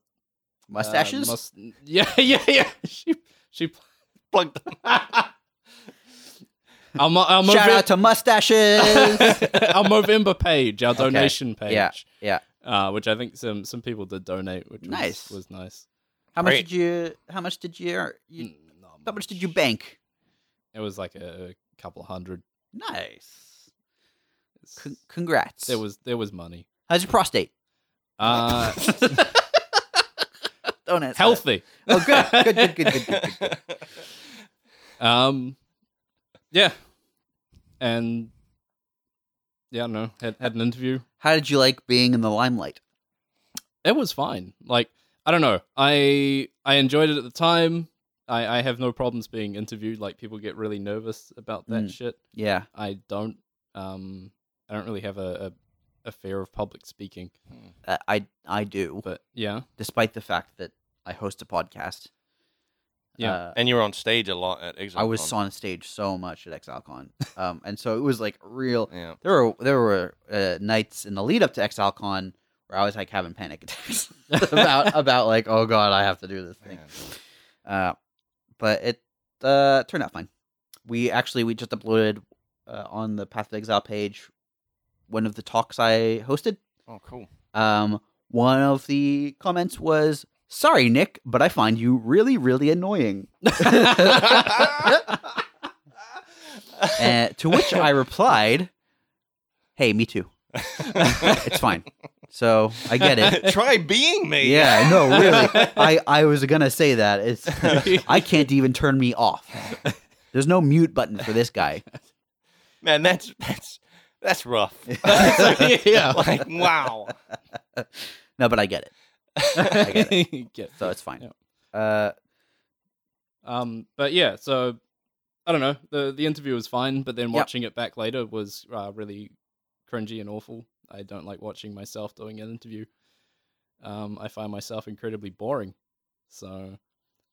Mustaches?
Uh, must- [LAUGHS] yeah, yeah, yeah. She she pl-
Plugged
our, mo- our,
Shout
Movem-
out to
[LAUGHS]
mustaches.
[LAUGHS] our Movember page, our donation page.
Yeah, yeah.
Uh, which I think some some people did donate, which was-
Nice.
was, nice.
how much
Great.
did you? How much did you, you?
Mm, not
How much did you bank?
It was like a, a couple hundred.
Nice.
It's-
Con- congrats.
there was there was money.
How's your prostate? [LAUGHS]
Uh,
Don't answer.
healthy.
that. Oh, good. Good. Good. Good. Good.
[LAUGHS]
good, good, good.
[LAUGHS] Um, yeah, and yeah, I don't know. Had had an interview.
How did you like being in the limelight?
it was fine. Like I don't know, I I enjoyed it at the time. I I have no problems being interviewed. Like people get really nervous about that
Mm.
shit.
Yeah.
I don't. Um, I don't really have a a, a fear of public speaking.
Uh, I I do,
But yeah,
despite the fact that I host a podcast.
Yeah.
Uh,
and you were on stage a lot at Exile.
I was on stage so much at ExileCon, um, and so it was like real.
Yeah.
There were there were uh, nights in the lead up to ExileCon where I was like having panic attacks [LAUGHS] about about like oh god I have to do this thing,
Man.
uh, but it uh, turned out fine. We actually we just uploaded uh, on the Path to Exile page one [LAUGHS] of the talks I hosted.
Oh, cool.
Um, one of the comments was Sorry, Nick, but I find you really, really annoying. [LAUGHS] Uh, to which I replied, Hey, me too. [LAUGHS] It's fine. So I get it.
[LAUGHS]
[LAUGHS]
Try being me.
Yeah, no, really. I, I was gonna say that.
[LAUGHS]
It's I can't even turn me off. There's no mute button for this guy.
Man, that's that's
[LAUGHS]
that's rough. [LAUGHS]
yeah.
like wow.
No, but I get it. Uh, I get
[LAUGHS] Get-
So it's fine. Uh
Um, but yeah, so I don't know. the The interview was fine, but then
Yep.
watching it back later was uh, really cringy and awful. I don't like watching myself doing an interview. Um, I find myself incredibly boring. So,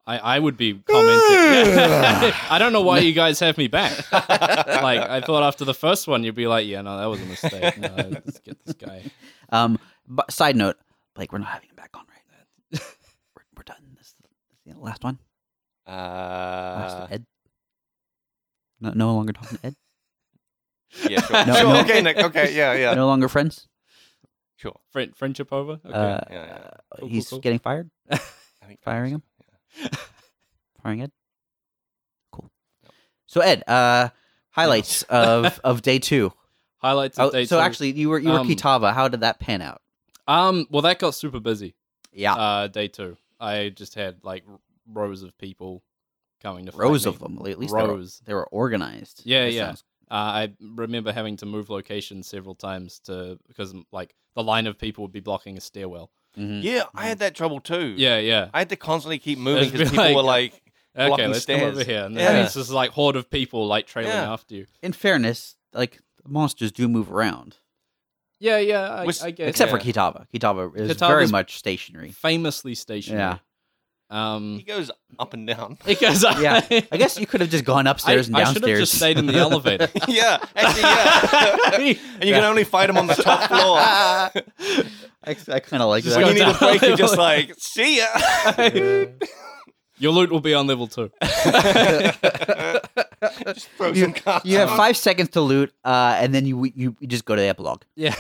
I I would be commenting. [LAUGHS] I
[LAUGHS]
don't know why you guys have me back. Like I thought after the first one, you'd be like, "Yeah, no, that was a mistake. No, let's get this guy."
um but side note, Blake, we're not having him back on right
[LAUGHS]
now. we're, we're done. This is the last one. Last
Uh,
Ed. No, no longer talking to Ed.
yeah, [LAUGHS] sure.
No,
Sure,
no.
Okay, Nick. Okay, yeah, yeah,
No longer friends.
sure.
Friend, friendship over. Okay.
uh,
yeah, yeah.
uh,
cool,
he's
cool.
getting fired.
I think-
Firing him? [LAUGHS] Firing Ed. Cool. So Ed, uh highlights of
[LAUGHS]
of day two.
Highlights of
Oh,
day
so
two.
actually, you were you were
Um,
Kitava. How did that pan out?
um, well, that got super busy.
Yeah,
uh, day two. I just had like r- rows of people coming to fight
rows
me.
of them. At least
rows.
They, were, they were organized.
Yeah,
That
yeah.
sounds-
Uh, I remember having to move location several times to because like the line of people would be blocking a stairwell.
Mhm.
Yeah, I had that trouble too.
Yeah, yeah.
I had to constantly keep moving
It'd be
because people were like,
[LAUGHS] Okay,
Blocking
let's come
stairs.
over here. And
Yeah.
then it's just like horde of people like trailing
Yeah.
after you.
In fairness, like monsters do move around,
Yeah, yeah. I,
Which-
I guess.
except
yeah.
for Kitava. Kitava is
Kitava's-
very much
[LAUGHS]
stationary.
famously stationary. Yeah.
he
[LAUGHS] Um,
goes up and down.
because I,
Yeah. I guess you could have just gone upstairs and
[LAUGHS] I, I
downstairs.
should have just stayed in
[LAUGHS]
the elevator.
[LAUGHS] yeah, actually, yeah. and [LAUGHS] you can only fight him on the top
[LAUGHS]
floor.
I, kind of like
Just
that.
when you
go
need a
down.
break, you're just like, see
[LAUGHS]
ya.
Your loot will be on level two.
just throw
You-
some cards.
You have
Um,
on.
five seconds to loot, uh, and then you, you you just go to the epilogue.
Yeah.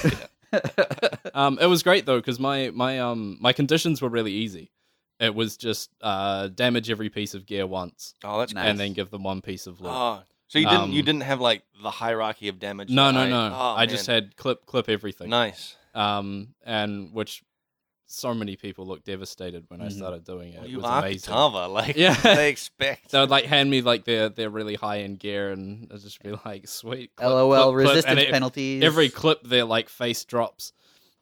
[LAUGHS] um, it was great though because my my um my conditions were really easy. It was just uh, damage every piece of gear once,
Oh, that's
Nice.
and then give them one piece of loot.
Oh, so you didn't you
Um,
didn't have like the hierarchy of damage?
no,
that
no,
I-
no.
Oh,
I just
man.
had clip clip everything.
nice.
Um, and which so many people looked devastated when I
Mhm.
started doing it.
Mm-hmm. Well,
it
you
was
are
amazing.
Kitava, [LAUGHS] like
Yeah.
they expect.
[LAUGHS] They would like hand me like their their really high end gear, and I'd just be like, "Sweet, clip,
LOL
clip, clip,"
resistance
and it-
penalties.
Every clip, their like face drops.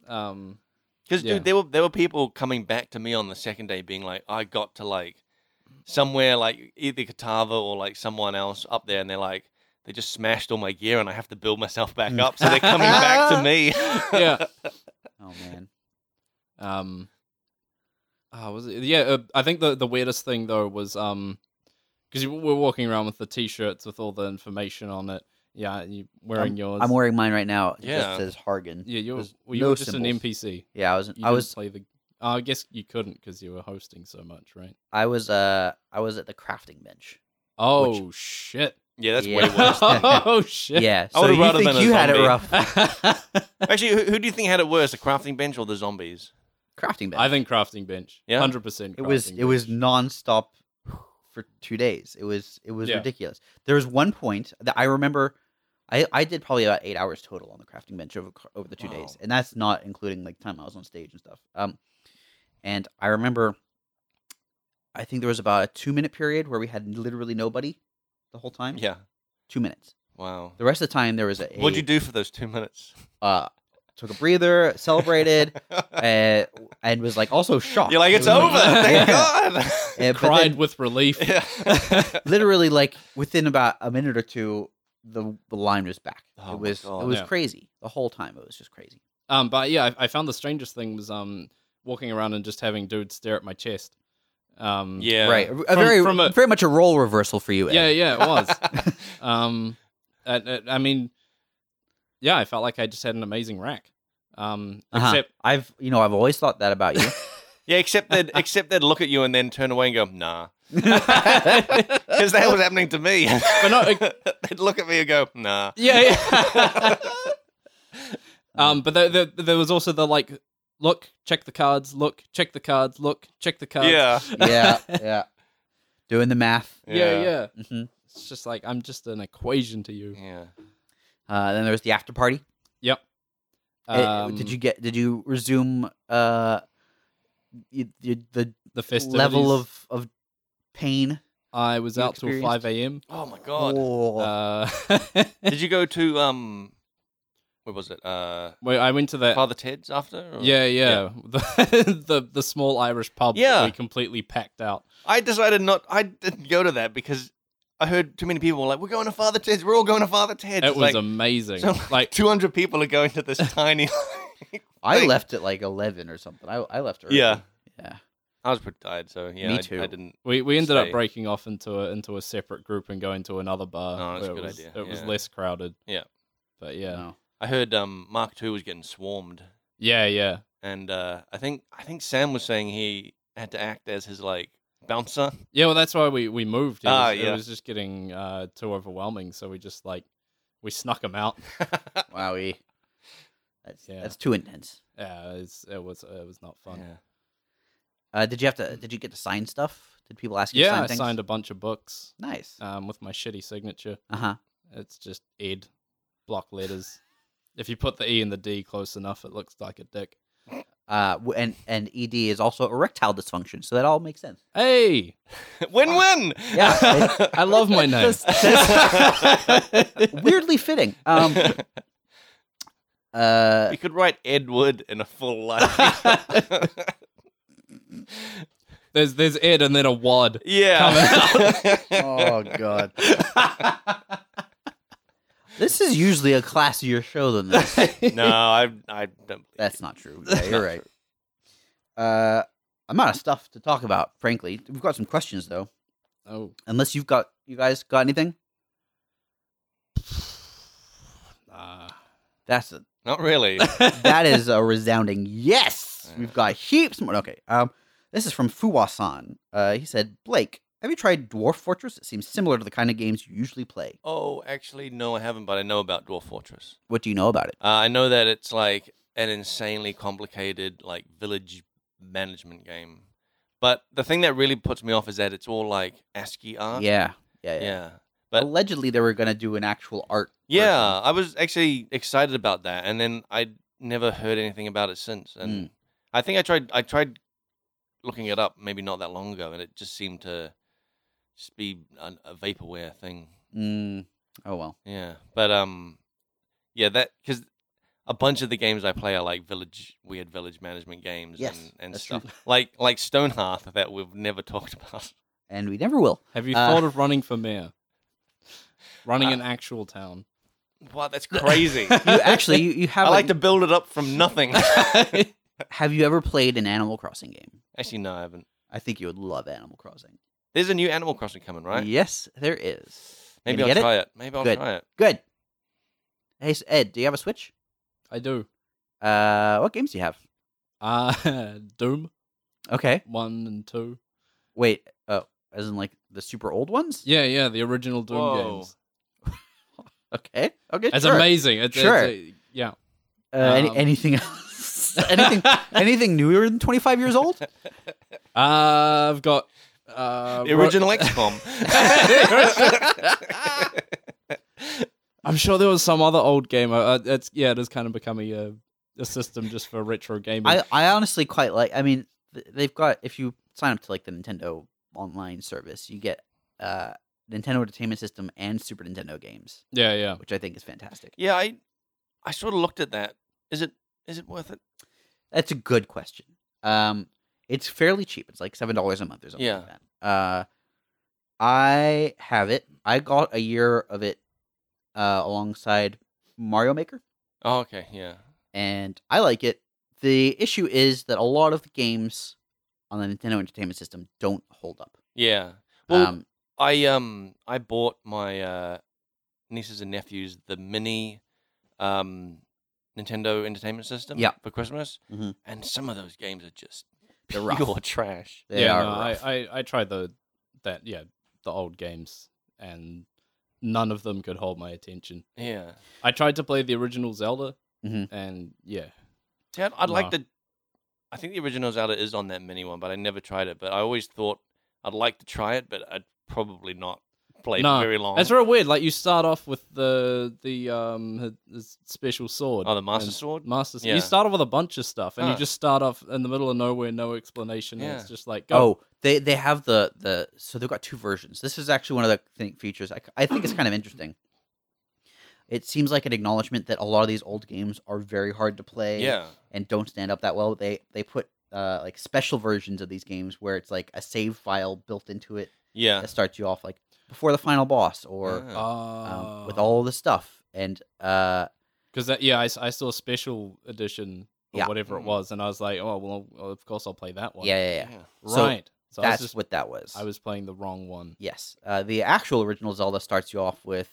Um,
Because
Yeah.
dude, there were there were people coming back to me on the second day, being like, I got to like somewhere like either Katava or like someone else up there, and they're like, they just smashed all my gear, and I have to build myself back up. So they're coming back to me. [LAUGHS]
yeah.
oh man,
Um, ah, was it? Yeah, uh, I think the the weirdest thing though was um, because you were walking around with the t-shirts with all the information on it. Yeah, you wearing yours.
I'm wearing mine right now. It
Yeah.
just says Hargan.
Yeah, you were,
There's
well, you
no
were just
symbols.
an NPC.
Yeah, I was.
You
I
didn't
was.
play the. Oh, I guess you couldn't because you were hosting so much, right?
I was. Uh, I was at the crafting bench. [LAUGHS]
Oh shit!
yeah, that's
Yeah.
way worse.
[LAUGHS] oh shit! [LAUGHS]
Yeah,
I
so
would've
you
rather
think
been a
you had it
zombie.
rough?
Actually, who, who do you think had it worse, the crafting bench or the zombies?
Crafting bench.
I think crafting bench.
Yeah?
hundred percent.
it was. It was
[SIGHS]
nonstop for two days. It was. It was
Yeah.
ridiculous. There was one point that I remember. I, I did probably about eight hours total on the crafting bench over cr- over the two days,
Wow.
and that's not including like time I was on stage and stuff. Um, and I remember, I think there was about a two minute period where we had literally nobody the whole time.
Yeah.
two minutes.
Wow.
The rest of the time there was a.
What'd you do for those two
[LAUGHS]
minutes?
Uh, took a breather, celebrated,
[LAUGHS]
uh, and was like also shocked.
You're like, it's
It was [LAUGHS]
over.
Yeah.
Thank God.
Uh, but
cried
then
with relief.
yeah.
[LAUGHS]
literally, like within about a minute or two, the, the line was back.
Oh my
it was
God.
it was
Yeah.
crazy the whole time. It was just crazy.
Um, but yeah, I, I found the strangest thing was um walking around and just having dudes stare at my chest. Um,
[LAUGHS]
[LAUGHS]
yeah.
Right, a, a
From-
very
from a-
very much a role reversal for you. Ed.
yeah, yeah, it was.
[LAUGHS]
um, and- and- I mean, yeah, I felt like I just had an amazing rack. Um,
Uh-huh.
except
I've you know I've always thought that about
[LAUGHS]
you.
Yeah, except they'd, except they'd look at you and then turn away and go, nah.
[LAUGHS]
[LAUGHS]
Because that was happening to me. [LAUGHS]
but no, it-
they'd look at me and go, nah.
[LAUGHS]
yeah, yeah. um, but there, there, there was also the like look, check the cards, look, check the cards, look, check the cards.
Yeah.
yeah, yeah. Doing the math.
yeah,
Yeah.
yeah.
hmm
It's just like I'm just an equation to you.
Yeah.
Uh, then there was the after party. Eh,
Um,
did you get? Did you resume uh, y- y- the
the festivities?
level of of pain?
I was
you
out till
experienced?
five a.m.
Oh my god.
Oh.
Uh, [LAUGHS]
Did you go to um, where was it? Uh,
wait, I went to that.
Father Ted's after? or-
yeah, yeah, [LAUGHS] The, the the small Irish pub. that
Yeah.
we completely packed out.
I decided not. I didn't go to that because I heard too many people were like, "We're going to Father Ted's. We're all going to Father Ted's."
it
It's
was
like,
amazing.
so,
[LAUGHS] like,
two hundred people are going
[LAUGHS]
to this tiny.
I
Hey.
left at like eleven or something. I I left early.
[LAUGHS] Yeah.
yeah.
I was pretty tired, so yeah,
Me
I,
too.
I didn't.
we, we ended up
Stay.
breaking off into a into a separate group and going to another bar.
Oh, that's a
where it
good
was,
idea,
It was
yeah.
less crowded.
Yeah.
but yeah,
No.
I heard um, Mark Two was getting swarmed,
yeah, yeah.
and uh, I think I think Sam was saying he had to act as his like
[LAUGHS]
bouncer.
Yeah, well, that's why we we moved. It was,
Ah,
it
yeah.
was just getting uh, too overwhelming, so we just like we snuck him out. [LAUGHS]
Wowie. That's
Yeah.
that's too intense.
Yeah, it's, it was it was not fun.
Yeah. [LAUGHS]
Uh, did you have to? Did you get to sign stuff? Did people ask you?
Yeah,
to sign
I
things?
signed a bunch of books
Nice.
um, with my shitty signature.
Uh huh.
It's just Ed, block letters. if you put the E and the D close enough, it looks like a dick.
Uh, w- and and ED is also erectile dysfunction, so that all makes sense.
Hey,
Win-win.
Yeah,
I love
[LAUGHS]
my name.
[LAUGHS] That's- [LAUGHS] Weirdly fitting. [LAUGHS] Um, uh,
you could write Edward in a
[LAUGHS]
full life.
There's there's Ed and then a
[LAUGHS]
wad.
yeah.
oh god, [LAUGHS] this is usually a classier show than [LAUGHS] this.
[LAUGHS] no, I I don't believe
That's not true. Yeah, you're right. Uh, I'm out of stuff to talk about. Frankly, we've got some questions though.
Oh,
Unless you've got you guys got anything?
nah.
[LAUGHS]
That's a,
Not really.
that is a resounding yes. We've got heaps more. Okay. Um, this is from Fuwasan. Uh, he said, Blake, have you tried Dwarf Fortress? It seems similar to the kind of games you usually play.
oh, actually, no, I haven't. But I know about Dwarf Fortress.
What do you know about it?
Uh, I know that it's like an insanely complicated like village management game. But the thing that really puts me off is that it's all like ASCII art.
Yeah, yeah, yeah.
Yeah. But
Allegedly, they were going to do an actual art.
Yeah, I was actually excited about that, and then I never heard anything about it since. And
Mm.
I think I tried, I tried looking it up, maybe not that long ago, and it just seemed to just be a, a vaporware thing.
version. Mm, oh well.
Yeah, but um, yeah, that because a bunch of the games I play are like village, weird village management games,
Yes,
and, and
that's
stuff
true. [LAUGHS]
like like Stonehearth that we've never talked [LAUGHS] about.
And we never will.
Have you
Uh,
thought of running for mayor? Running
Uh,
an actual town.
Wow, that's crazy.
[LAUGHS]
[LAUGHS]
You actually, you, you
I
have.
like to
like,
build it up
[LAUGHS]
from nothing. [LAUGHS]
Have you ever played an Animal Crossing game?
actually, no, I haven't.
I think you would love Animal Crossing.
There's a new Animal Crossing coming, right?
Yes, there is.
Maybe
Gonna
I'll
get it?
try it? Maybe I'll
Good.
try it.
Good. Hey s- Ed, do you have a Switch?
I do.
Uh, what games do you have?
Uh, [LAUGHS] Doom
Okay,
one and two.
wait. Oh, as in like the super old ones?
Yeah, yeah, the original Doom
Whoa.
games.
Okay. Eh, Okay.
It's
sure.
amazing. It's, it's
Sure.
a- yeah.
Uh, any,
Um, [LAUGHS]
anything else? [LAUGHS] anything? anything newer than twenty five years
[LAUGHS]
old?
Uh, I've got uh,
The
Ro-
original [LAUGHS] XCOM.
I'm sure there was some other old game. Uh, Uh, it's yeah, it has kind of become a uh, a system just for retro gaming.
I, I honestly quite like. I mean, th- they've got if you sign up to like the Nintendo online service, you get uh Nintendo Entertainment System and Super Nintendo games,
yeah, yeah.
which I think is fantastic.
yeah, I I sort of looked at that. Is it is it worth it?
That's a good question. Um, it's fairly cheap. It's like seven dollars a month or something like that. Uh, I have it. I got a year of it uh, alongside Mario Maker,
Oh, okay, yeah.
and I like it. The issue is that a lot of the games on the Nintendo Entertainment System don't hold up.
Yeah. Well,
um,
I um I bought my uh nieces and nephews the mini um Nintendo Entertainment System
Yeah.
for Christmas.
Mhm.
And some of those games are just
They're rough.
pure
[LAUGHS]
trash.
they
yeah,
are
no, I,
rough.
I I tried the that yeah the old games and none of them could hold my attention.
Yeah.
I tried to play the original Zelda
Mhm.
and yeah,
Ted, I'd like
No.
to I think the original Zelda is on that mini one, but I never tried it. But I always thought I'd like to try it, but I'd probably not play
No,
it very long.
It's real weird. Like you start off with the the um h- his special sword.
Oh, the Master
and-
Sword?
Master. Sword.
Yeah.
You start off with a bunch of stuff, and you
Huh.
just start off in the middle of nowhere, no explanation. And
Yeah.
it's just like, go.
Oh, they they have the the so they've got two versions. This is actually one of the thing, features I, c- I think it's kind of interesting. It seems like an acknowledgement that a lot of these old games are very hard to play
yeah,
and don't stand up that well. They they put uh, like special versions of these games where it's like a save file built into it
yeah,
that starts you off like before the final boss or
Yeah.
um,
Ah.
with all the stuff. And uh,
Because that, yeah, I, s- I saw special edition or
Yeah.
whatever it
Mm.
was, and I was like, oh well, well, of course I'll play that
yeah,
one.
yeah, yeah.
yeah.
So
right. So, I was
That's
just
what that was.
I was playing the wrong one.
Yes. Uh, the actual original Zelda starts you off with,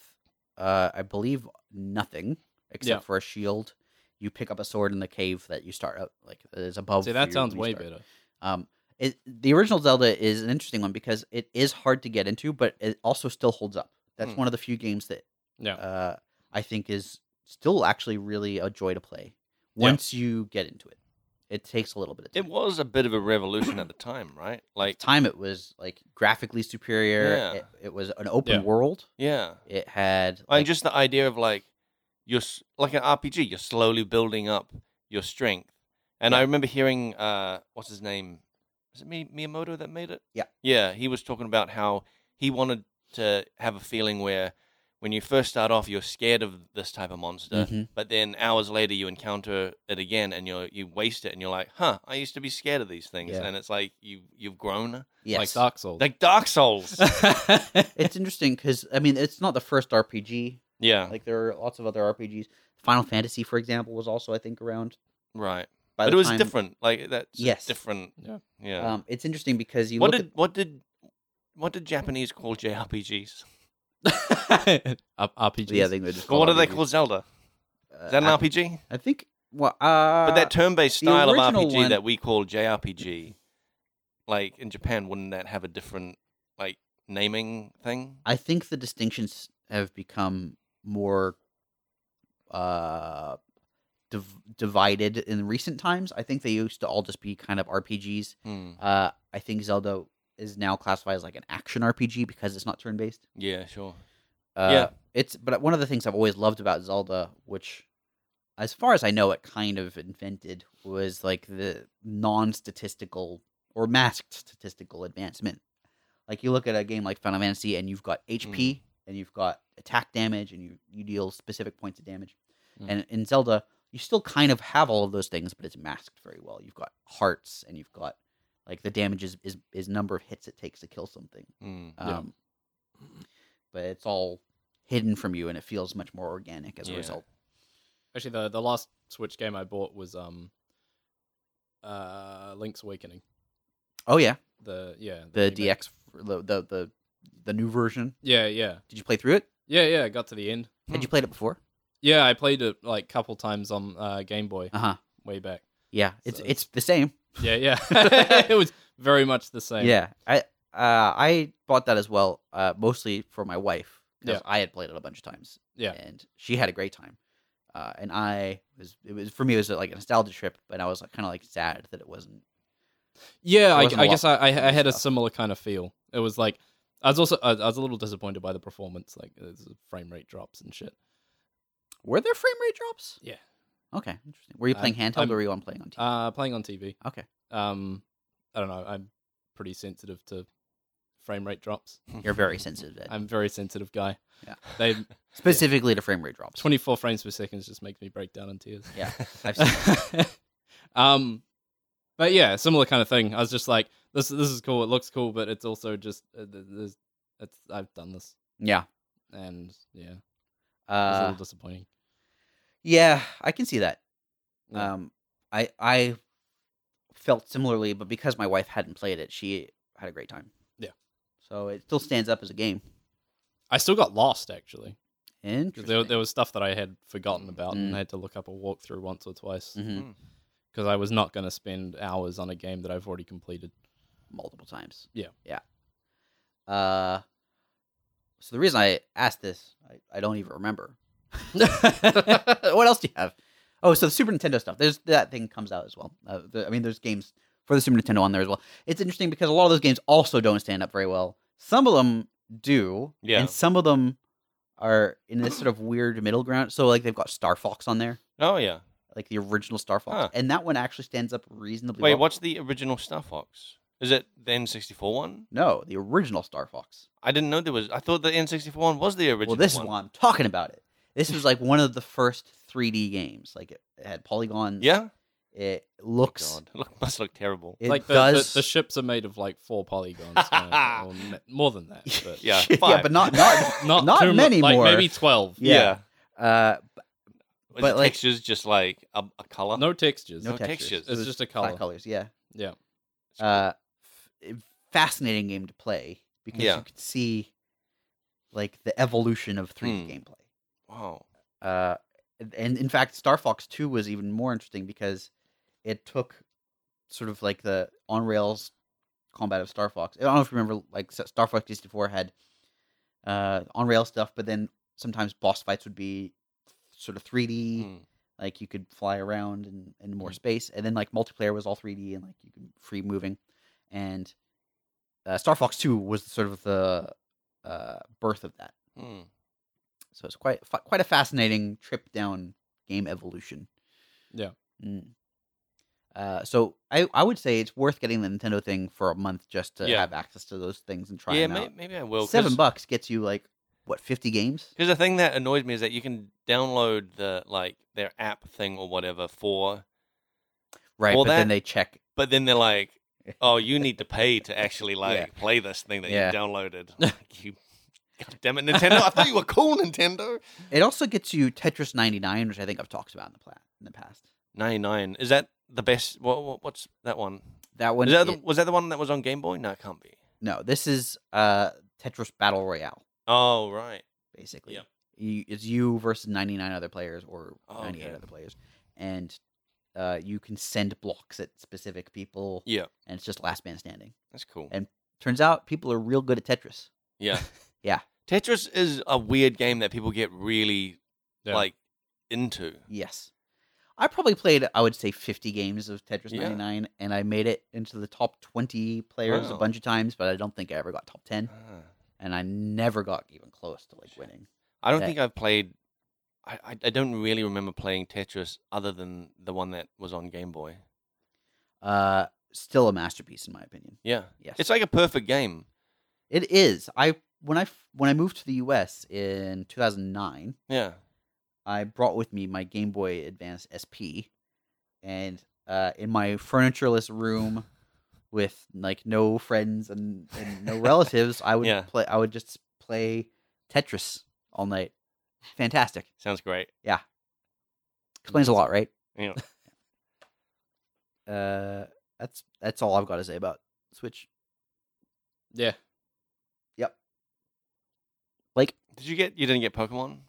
uh, I believe, nothing except
Yeah.
for a shield. You pick up a sword in the cave that you start out like that is above.
See,
you
that sounds
when you
way
start.
better.
Um, it, the original Zelda is an interesting one because it is hard to get into, but it also still holds up. That's
Hmm.
one of the few games that
Yeah.
uh, I think is still actually really a joy to play
Yeah.
once you get into it. It takes a little bit of time.
It was a bit of a revolution at the time, right?
At
Like,
the time it was like graphically superior.
Yeah.
It, it was an open
Yeah.
world.
yeah,
It had
and
like,
just the idea of like you're s- like an RPG. You're slowly building up your strength. And I remember hearing uh, what's his name? Was it Mi- Miyamoto that made it?
Yeah.
yeah. He was talking about how he wanted to have a feeling where when you first start off, you're scared of this type of monster,
Mhm.
but then hours later you encounter it again, and you you waste it, and you're like, huh, I used to be scared of these things,
Yeah.
and it's like you you've grown
yes.
Like Dark Souls. [LAUGHS]
like
[LAUGHS]
Dark Souls.
it's interesting because I mean it's not the first RPG.
yeah,
Like there are lots of other RPGs. Final Fantasy, for example, was also I think around.
right.
By
but
the
it was
time-
different. Like that's
Yes.
different.
Yeah.
Yeah.
Um, it's interesting because you
what
look
did what did what did Japanese call JRPGs?
Up-
at
RPGs.
yeah, I think they just
Or what do they
RPGs.
call Zelda?
Uh,
Is that an
I-
RPG?
I think. Well, uh,
but that term-based
the
style of
original
RPG
one-
that we call JRPG, like in Japan, wouldn't that have a different like naming thing?
I think the distinctions have become more uh div- divided in recent times. I think they used to all just be kind of RPGs.
Hmm.
Uh, I think Zelda is now classified as like an action RPG because it's not turn based.
Yeah, sure.
Uh,
Yeah.
It's but one of the things I've always loved about Zelda, which, as far as I know, it kind of invented was like the non-statistical or masked statistical advancement. Like you look at a game like Final Fantasy, and you've got HP, and you've got attack damage, and you you deal specific points of damage.
Mm.
And in Zelda, you still kind of have all of those things, but it's masked very well. You've got hearts, and you've got like the damage is is, is number of hits it takes to kill something.
Hmm.
Yeah.
Um, But it's all hidden from you, and it feels much more organic as
Yeah.
a result.
Actually, the the last Switch game I bought was um, uh, Link's Awakening.
Oh yeah,
The yeah
the
remake.
DX, the the the, the new version.
Yeah, yeah,
Did you play through it?
yeah, yeah. I got to the end.
Had you played it before?
Yeah, I played it like couple times on uh, Game Boy
Uh huh.
way back.
Yeah, it's
So-
it's the same.
Yeah, yeah. [LAUGHS] it was very much the same.
Yeah, I uh, I bought that as well, uh, mostly for my wife because
Yeah.
I had played it a bunch of times.
Yeah.
and she had a great time. Uh, and I was it was for me it was like a nostalgia trip, but I was like, kind of like sad that it wasn't.
Yeah, I,
wasn't a
I
lot
guess I, I, I had a
stuff.
similar kind of feel. It was like I was also I, I was a little disappointed by the performance, like uh, the frame rate drops and shit.
Were there frame rate drops?
Yeah.
Okay, interesting. Were you
I-
playing handheld
I'm-
or were you on playing on TV?
Uh, playing on TV.
Okay.
Um, I don't know. I'm pretty sensitive to frame rate drops.
You're very sensitive. Ed.
I'm a very sensitive guy.
Yeah.
[LAUGHS] They
Specifically to frame rate drops.
24 frames per second just makes me break down
[LAUGHS]
in tears. [LAUGHS]
[LAUGHS]
Yeah. I've seen
um, but yeah, similar kind of thing. I was just like, this this is cool. It looks cool, but it's also just uh, th- there's, it's I've done this,
yeah.
and yeah, it's a
Uh,
little disappointing.
yeah, I can see that.
Yeah.
Um, I I felt similarly, but because my wife hadn't played it, she had a great time.
Yeah.
So it still stands up as a game.
I still got lost actually. 'cause
Interesting.
There, there was stuff that I had forgotten about, and
Mm.
I had to look up a walkthrough once or twice because
Hmm.
Mhm.
I was not going to spend hours on a game that I've already
[LAUGHS]
completed.
multiple times.
Yeah.
Yeah. Uh, so the reason I asked this, I, I don't even remember. [LAUGHS] what else do you have? Oh, so the Super Nintendo stuff. There's that thing comes out as well. Uh, the, I mean, there's games for the Super Nintendo on there as well. It's interesting because a lot of those games also don't stand up very well. Some of them do,
Yeah.
and some of them are in this sort of weird middle ground. So like they've got Star Fox on there,
Oh yeah.
like the original Star Fox,
Huh.
and that one actually stands up reasonably.
Wait,
well.
what's the original Star Fox? Is it the N64 one?
No, the original Star Fox.
I didn't know there was. I thought the N64 one was the original.
well, this
one.
is why I'm talking about it. This was like one of the first 3D games. Like it, it had polygons.
Yeah.
it looks.
God, [LAUGHS] look, must look terrible.
It
like the,
does.
the, the ships are made of like four polygons, uh,
[LAUGHS]
or m- more than that. But
Yeah,
yeah,
five.
but not
[LAUGHS]
not
not
Not
too mu-
many
like
more.
Maybe twelve.
Yeah. uh,
But
But,
the
like-
textures just like a, a color.
No textures.
No
no
textures.
textures.
It
It's
was
just a color.
flat colors. Yeah,
Yeah.
uh, f- fascinating game to play because
Yeah.
you could see like the evolution of
Hmm.
3D gameplay.
Wow.
Uh, and in fact, Star Fox Two was even more interesting because it took sort of like the on rails combat of Star Fox. I don't know if you remember, like S- Star Fox sixty four had uh, on rail stuff, but then sometimes boss fights would be sort of three D.
Hmm.
like you could fly around and, and
Mm-hmm.
more
Mm.
space and then like multiplayer was all 3d and like you could free moving and uh, star fox 2 was sort of the uh, birth of that
Hmm.
so it's quite fa- quite a fascinating trip down game evolution
Yeah.
Mm. Uh, so I, I would say it's worth getting the Nintendo thing for a month just to
Yeah.
have access to those things and try
Yeah,
them
may,
out.
maybe I will.
Seven bucks gets you like what fifty games?
Because the thing that annoys me is that you can download the like their app thing or whatever for,
Right,
Well,
but then
that-
they check.
but then they're like,
[LAUGHS]
"Oh, you need to pay to actually like
Yeah.
play this thing that
Yeah.
you
[LAUGHS]
downloaded." Like, you, [LAUGHS] God damn it, Nintendo! I thought you were cool, Nintendo.
It also gets you Tetris ninety nine, which I think I've talked about in the pla- in the past.
Ninety nine is that the best? What, what what's that one?
That one
Is that the,
it-
was that the one that was on Game Boy? No, it can't be.
No, this is uh Tetris Battle Royale,
Oh right.
basically.
Yep.
You, it's you versus 99 other players or
Oh,
98
okay.
other players. And uh, you can send blocks at specific people,
Yeah,
and it's just last man standing.
that's cool.
And- Turns out people are real good at Tetris.
Yeah,
[LAUGHS] Yeah.
Tetris is a weird game that people get really
Yeah.
like into.
Yes. I probably played, I would say, 50 games of Tetris
Yeah.
99, and I made it into the top 20 players a
Wow.
bunch of times, but I don't think I ever got top 10,
Ah.
and I never got even close to like winning.
I don't
that-
think I've played. I, I I don't really remember playing Tetris other than the one that was on Game Boy.
Uh, still a masterpiece in my opinion.
Yeah,
Yes,
it's like a perfect game.
It is. I when I f- when I moved to the U.S. in 2009,
Yeah,
I brought with me my Game Boy Advance SP, and uh, in my furnitureless room with like no friends and, and
[LAUGHS]
no relatives, I would
Yeah.
play. I would just play Tetris all night. Fantastic.
sounds great.
Explains a lot, right? [LAUGHS]
Yeah.
Uh, that's that's all I've got to say about Switch.
Yeah.
Did you get? You didn't get Pokemon?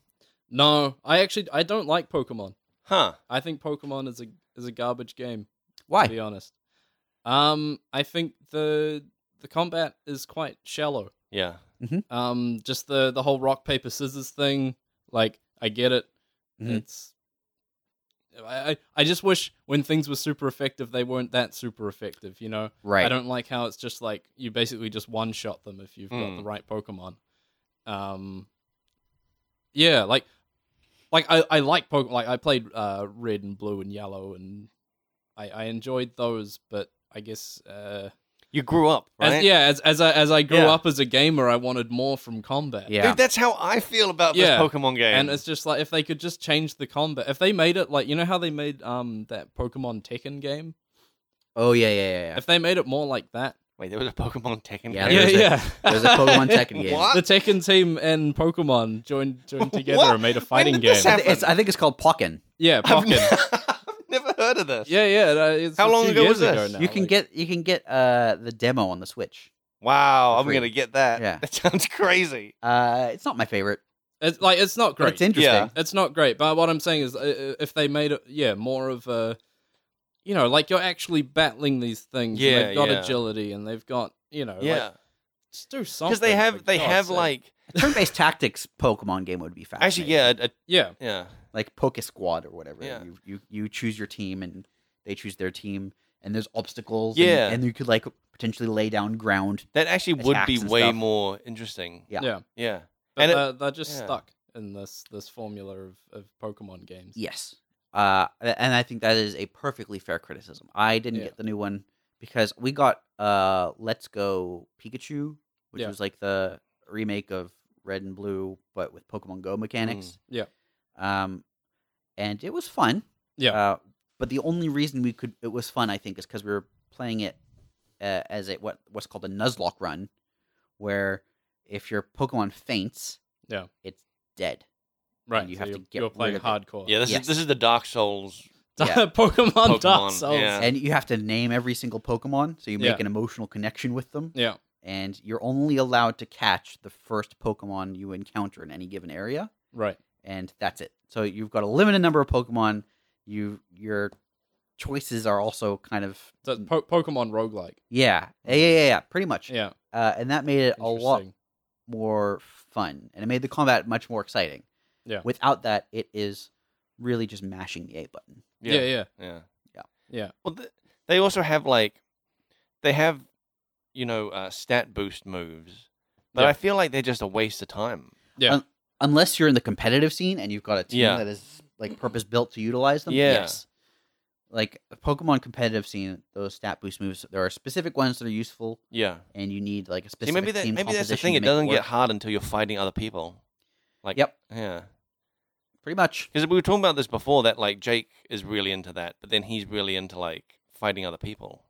No, I actually I don't like Pokemon.
Huh?
I think Pokemon is a is a garbage game. To
Why?
be honest, um, I think the the combat is quite shallow.
Yeah.
Um, just the the whole rock paper scissors thing. Like, I get it.
Mhm.
It's I I- I just wish when things were super effective, they weren't that super effective. You know,
Right.
I don't like how it's just like you basically just one shot them if you've got
Hmm.
the right Pokemon. Um, yeah, like, like I, I like Pokemon. Like I played uh, Red and Blue and Yellow, and I, I enjoyed those. But I guess uh,
You grew up, right?
as, yeah, as as I as I grew
Yeah.
up as a gamer, I wanted more from combat.
Yeah.
Dude, that's how I feel about
Yeah.
this Pokemon game.
And it's just like if they could just change the combat, if they made it like you know how they made um that Pokemon Tekken game,
Oh yeah, yeah, yeah. yeah.
[LAUGHS]
if they made it more like that,
Wait, there was a Pokemon Tekken
Yeah,
game.
there's a- there's a
[LAUGHS]
Pokemon Tekken game.
What?
the Tekken team and Pokemon joined joined together
What?
and made a
When
fighting
did
game.
this
I
happen?
thi- it's, I think it's called Pokken.
Yeah,
[LAUGHS] I've,
Pokken.
I've never [LAUGHS] heard of this.
yeah, yeah. that- It's
How
a
long
few
ago
years
was this?
ago now,
you can
like-
get you can get uh the demo on the Switch.
Wow,
For
I'm
free.
gonna get that.
Yeah.
[LAUGHS] That sounds crazy.
Uh, it's not my favorite,
It's like it's not
but
great.
it's interesting. [LAUGHS]
Yeah.
It's not great. But what I'm saying is, uh, if they made it, yeah, more of a, you know, like you're actually battling these things. and
Yeah,
they've got
yeah.
agility and they've got you know, like,
Yeah,
just do something.
because they have
for
they
God's
have
sake.
like
Turn-based tactics Pokemon game would be fascinating.
actually yeah a, a-
yeah,
yeah
like Poke Squad or whatever.
Yeah.
You, you you choose your team and they choose their team, and there's obstacles.
Yeah.
and, and you could like potentially lay down ground.
That actually would
Attacks
be
and
way
stuff.
more interesting.
Yeah.
Yeah.
But
And it-
they're, they're just
yeah.
stuck in this this formula of, of Pokemon games.
Yes, uh, a- and I think that is a perfectly fair criticism. I didn't
Yeah.
get the new one because we got uh, Let's Go Pikachu, which
Yeah.
was like the remake of Red and Blue, but with Pokemon Go mechanics.
Mm, Yeah.
Um, and it was fun.
Yeah.
Uh, but the only reason we could it was fun, I think, is because we were playing it uh, as a what what's called a Nuzlocke run, where if your Pokemon faints,
Yeah.
it's dead.
Right.
you
so
have to
you're,
get
you're playing
rid of it.
hardcore. [LAUGHS]
yeah, this
yes.
is this is the Dark Souls.
yeah.
Pokemon,
Pokemon,
Dark Souls.
yeah.
and you have to name every single Pokemon, so you make
Yeah.
an emotional connection with them.
Yeah.
And you're only allowed to catch the first Pokemon you encounter in any given area,
Right.
and that's it. So you've got a limited number of Pokemon. You your choices are also kind of
So it's po- Pokemon roguelike.
yeah, yeah, yeah, yeah, yeah, pretty much.
Yeah.
Uh, and that made it a lot
interesting.
more fun, and it made the combat much more exciting.
Yeah.
Without that, it is really just mashing the A button.
Yeah. Yeah.
Yeah.
Yeah.
Yeah.
Well, th- they also have like, they have, you know, uh, stat boost moves, but
Yeah.
I feel like they're just a waste of time.
Yeah.
Um, Unless you're in the competitive scene and you've got a team
Yeah.
that is like purpose built to utilize them.
Yeah.
Yes. Like the Pokemon competitive scene, those stat boost moves, there are specific ones that are useful,
Yeah.
and you need like a
See,
specific
maybe that
team
maybe that's the
composition
thing.
to
It
make
doesn't get
work.
hard until you're fighting other people. Like.
Yep.
Yeah.
pretty much.
Because we were talking about this before that like Jake is really into that, but then he's really into like fighting other people.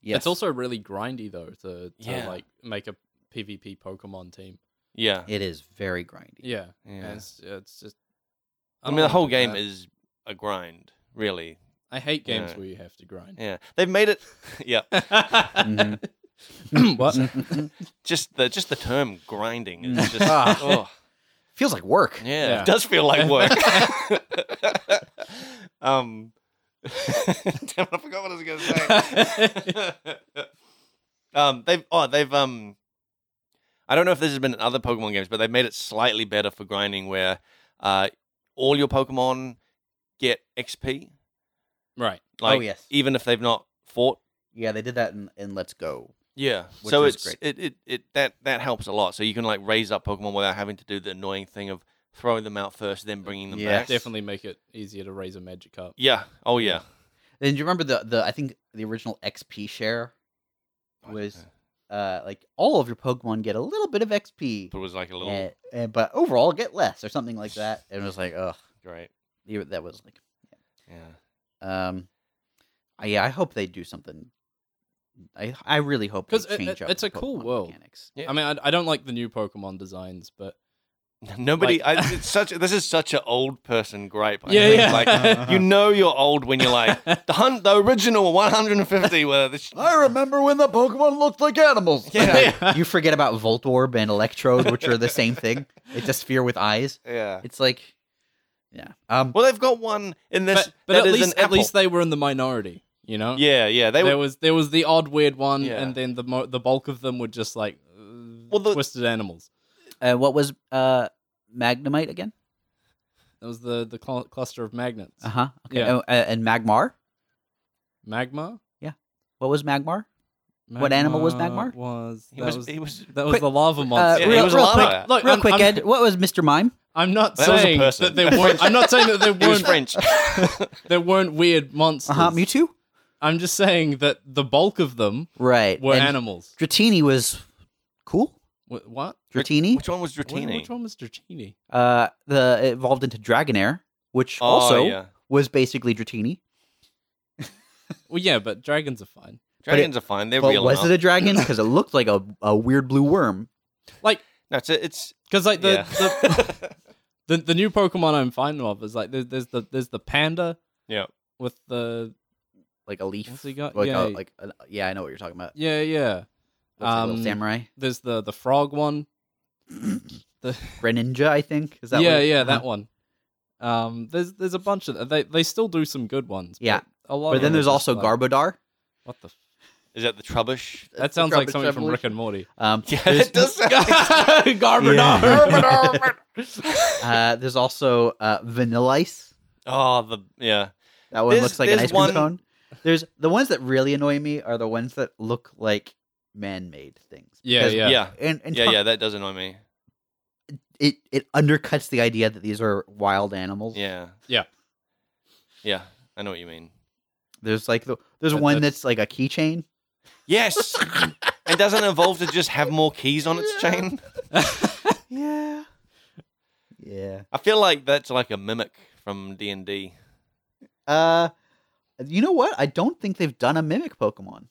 Yes.
It's also really grindy though to, to
Yeah.
like make a PvP Pokemon team.
Yeah.
it is very grindy.
Yeah.
Yeah.
And It's, it's just.
I mean, the whole game
is.
is a grind, really.
I hate games
Yeah.
where you have to grind.
Yeah. They've made it. [LAUGHS] yeah.
[CLEARS THROAT] what?
Mm-hmm.
[LAUGHS] Just the just the term grinding is just.
Ah.
oh,
[LAUGHS] Feels like work.
yeah,
Yeah.
It does
[LAUGHS]
feel like work. um. [LAUGHS] Damn, I forgot what I was going to
[LAUGHS]
say. um. They've. Oh. They've. Um. I don't know if this has been in other Pokemon games, but they've made it slightly better for grinding, where uh, all your Pokemon get XP.
Right.
Like,
Oh, yes.
even if they've not fought.
Yeah, they did that in, in Let's Go.
Yeah.
Which
so
is
it's
great.
it, it it that that helps a lot. So you can like raise up Pokemon without having to do the annoying thing of throwing them out first, then bringing them
Yeah.
back.
Definitely make it easier to raise a magic up.
Yeah. Oh yeah.
And do you remember the, the I think the original XP share was uh like all of your Pokemon get a little bit of XP.
But it was like a little
and, and- but overall get less or something like that. And it was like, ugh,
great.
you- that was like,
Yeah.
um, I, yeah, I hope they do something. I I really hope they
'Cause it-
change
it-
up.
it's
the
a cool
Pokemon
world.
Mechanics.
Yeah.
I mean, I, I don't like the new Pokemon designs, but
Nobody.
Like-
I, it's such. This is such an old person gripe. I
Yeah,
think.
yeah. Uh-huh.
Like you know you're old when you're
[LAUGHS]
like the hun- the original 150
[LAUGHS]
were the. Sh-
remember when the Pokemon looked like animals.
[LAUGHS]
Yeah.
you forget about Voltorb and Electrode, which are the same thing. It's a sphere with eyes.
yeah.
It's like, yeah. Um,
Well, they've got one in this.
but, but
that
at
is
least
an
at least
apple.
they were in the minority, you know.
yeah, yeah. They
there
were.
was there was the odd weird one,
Yeah.
and then the mo- the bulk of them were just like uh,
Well, the-
twisted animals.
uh, what was uh, Magnemite again?
That was the the cl- cluster of magnets.
Uh huh. Okay.
Yeah.
Oh, uh, and Magmar.
Magma?
What was Magmar? What animal was Magmar?
Was
He
that
was,
was,
he
[LAUGHS]
was.
that was
Quick-
the lava
Uh,
monster?
Yeah, he
real,
was a
real
llama.
quick,
Look,
real
I'm-
quick
I'm-
Ed. What was Mr. Mime?
I'm not
That was a
saying
person.
that there weren't. I'm not saying that there
[LAUGHS] He was
weren't [LAUGHS]
French.
there weren't weird monsters.
Uh huh. Mewtwo.
I'm just saying that the bulk of them
Right.
were
and
animals.
Dratini was cool.
Wh- What?
Dratini.
Which one was
Wh-
Dratini?
Which one was Dratini?
Uh, the it evolved into Dragonair, which
Oh,
also
yeah.
was basically Dratini.
Well, yeah, but dragons are fine.
But it-
Dragons are fine. They're
But
real.
was
enough.
it a dragon? Because it looked like a, a weird blue worm.
Like,
no, it's it's
because like the,
yeah.
the, the the new Pokemon I'm finding of is like there's, there's the there's the panda
yeah.
with the
Like a leaf.
What's he got?
Like, A,
Yeah.
like a, yeah, I know what you're talking about.
yeah yeah.
Looks like a little
Um,
samurai.
There's the the
[CLEARS THROAT]
frog one. the
Greninja, I think. Is that
yeah
what it-
yeah
uh-huh.
that one. Um, there's there's a bunch of they they still do some good ones.
Yeah.
but a lot.
But
of
then
them are
there's
just
also
like,
Garbodar.
What the? f-
[LAUGHS] Is that the Trubbish?
That's
That
the
sounds like
Trubbish
something from Rick
Revolution. [LAUGHS]
and Morty.
Um,
Yeah,
there's-
it
[LAUGHS]
does. sound [LAUGHS] like-
Garbodor.
uh, there's also uh, vanilla ice.
oh, the yeah.
That one
There's-
looks like an
there's
ice cream
one-
cone. There's the ones that really annoy me are the ones that look like man-made things.
Yeah,
Because-
yeah,
Yeah.
yeah,
And, and
yeah,
fuck,
That does annoy me.
It it undercuts the idea that these are wild animals.
Yeah,
Yeah.
yeah. I know what you mean.
There's like the, there's
That-
one
that's-
that's like a keychain.
[LAUGHS]
Yes, and doesn't it evolve to just have more keys on its
Yeah.
chain.
Yeah. Yeah.
I feel like that's like a mimic from D and D.
Uh, you know what? I don't think they've done a mimic Pokemon.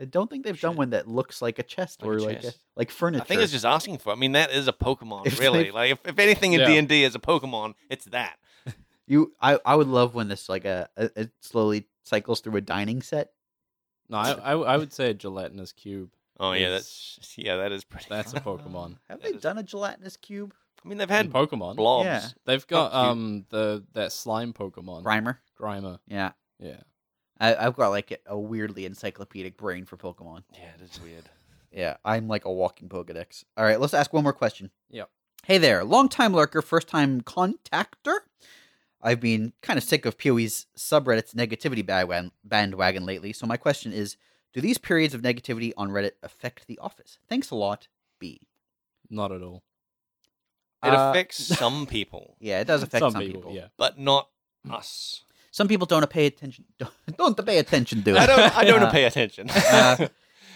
I don't think they've done
Shit.
one that looks like a chest
Like a
or like a,
chest.
like furniture.
I think it's just asking for. It. I mean, that is a Pokemon,
If
really.
they-
Like, if, if anything in
Yeah.
D and D is a Pokemon, it's that.
you. I I would love when this like a, a it slowly cycles through a dining set.
[LAUGHS] no, I, I, I would say a gelatinous cube.
Oh yeah,
Yes.
that's yeah, that is pretty.
That's a Pokemon.
Um, Have
That
they
is-
done a gelatinous cube?
I mean, they've
In
had
Pokemon.
blobs.
Yeah.
They've got
How cute.
um the that slime Pokemon.
Grimer.
Grimer.
Yeah.
Yeah.
I, I've got like a weirdly encyclopedic brain for Pokemon.
Yeah, it is weird.
Yeah, I'm like a walking Pokedex. All right, let's ask one more question.
Yep.
Hey there, long time lurker, first time contactor. I've been kind of sick of PoE's subreddit's negativity bandwagon, bandwagon lately, so my question is Do these periods of negativity on Reddit affect The Office? Thanks a lot, B.
Not at all.
It
Uh,
affects some people,
Yeah, it
[LAUGHS]
does affect [LAUGHS] some, people.
Yeah.
but not
[LAUGHS]
us.
Some people don't pay attention. [LAUGHS] Don't, don't pay attention [LAUGHS] to it.
I don't. I don't
Uh,
pay attention.
uh,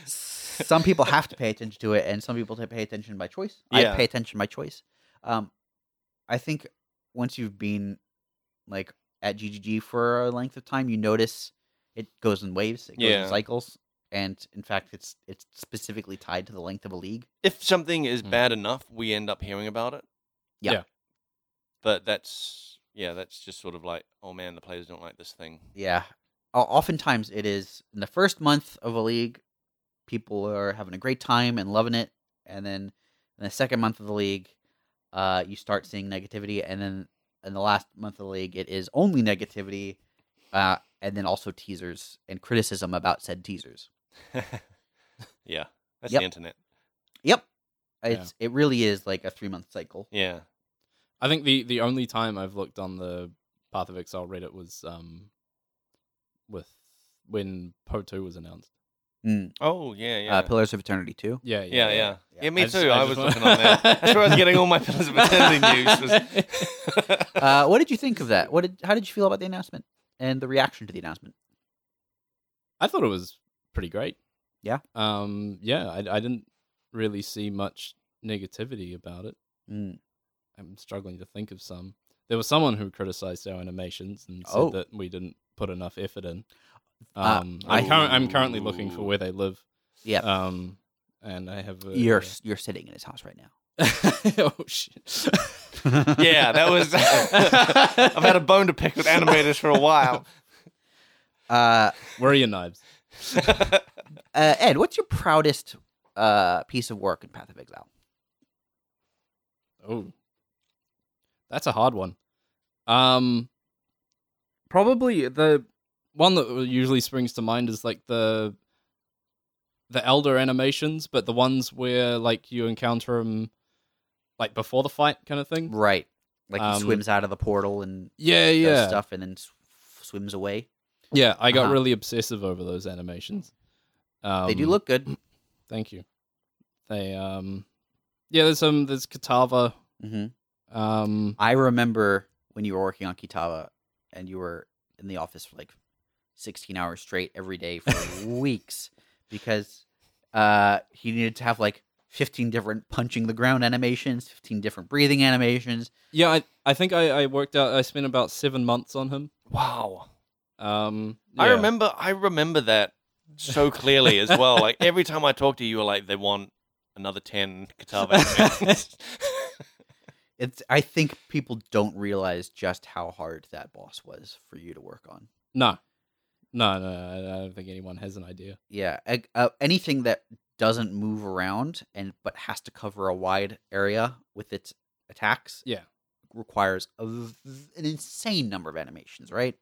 some people have
[LAUGHS]
to pay attention to it, and some people pay attention by choice.
Yeah.
I pay attention by choice. Um, I think once you've been like at GGG for a length of time, you notice it goes in waves, it goes
Yeah.
in cycles, and in fact, it's it's specifically tied to the length of a league.
if something is
Mm.
bad enough, we end up hearing about it.
Mm-hmm. Yeah.
Yeah.
But that's yeah, that's just sort of like, oh man, the players don't like this thing.
Yeah, O- oftentimes it is in the first month of a league, people are having a great time and loving it, and then in the second month of the league, uh, you start seeing negativity, and then in the last month of the league, it is only negativity, uh, and then also teasers and criticism about said teasers.
[LAUGHS] yeah. That's
Yep.
the internet.
Yep,
Yeah.
it's it really is like a three month cycle. uh,
Yeah.
I think the the only time I've looked on the Path of Exile Reddit was um with when Po two was announced.
Oh yeah, yeah.
Uh, Pillars of Eternity too.
Yeah.
yeah, yeah, yeah.
yeah.
me
I
too.
just- I
I,
just
was
wa-
looking on there. That's where I was getting all my Pillars of Eternity
[LAUGHS]
news. was-
Uh, what did you think of that? What did how did you feel about the announcement and the reaction to the announcement?
I thought it was pretty great.
Yeah.
Um. Yeah. I I didn't really see much negativity about it.
Mm.
I'm struggling to think of some. There was someone who criticized our animations and said
Oh.
that we didn't put enough effort in.
Uh,
Um, I'm, curr- I'm currently looking for
Ooh.
where they live.
Yeah,
Um, and I have a,
you're you're sitting in his house right now.
[LAUGHS] oh shit! [LAUGHS]
yeah, that was [LAUGHS] I've had a bone to pick with animators for a while. [LAUGHS]
Uh,
Where are your knives?
uh, Ed, what's your proudest uh, piece of work in Path of Exile?
Oh, that's a hard one. Um, probably the one that usually springs to mind is like the the elder animations, but the ones where like you encounter him like before the fight kind of thing.
Right, like he
Um,
swims out of the portal and
Yeah,
does
yeah,
stuff, and then s- swims away.
yeah. I got
Uh-huh.
really obsessive over those animations. Um,
they do look
[CLEARS THROAT]
good.
Thank you. They um, yeah. There's some. There's Katava.
hmm
Um,
I remember when you were working on Kitava, and you were in the office for like sixteen hours straight every day
[LAUGHS]
for weeks because uh, he needed to have like fifteen different punching the ground animations, fifteen different breathing animations.
yeah. I I think I I worked out. I spent about seven months on him.
Wow.
Um,
I
yeah.
[LAUGHS] remember I remember that so clearly as well. Like every time I talk to you, you were like, they want another ten guitar
[LAUGHS]
bands.
It's I think people don't realize just how hard that boss was for you to work on.
No, no, no. I I don't think anyone has an idea.
Yeah, ag- uh, anything that doesn't move around and but has to cover a wide area with its attacks.
Yeah.
requires a v- an insane number of animations, right?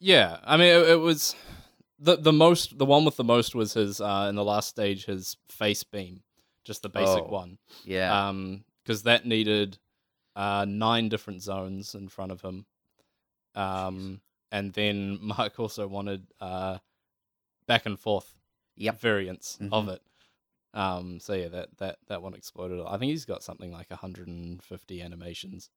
Yeah, I mean, it, it was the the most the one with the most was his uh, in the last stage his face beam, just the basic
Oh.
one.
Yeah.
Um 'cause because that needed uh nine different zones in front of him. Um, and then [LAUGHS] Mark also wanted uh back and forth
Yep.
variants
Mm-hmm.
of
Mhm.
it. Um, so yeah, that that that one exploded. I think he's got something like 150 animations.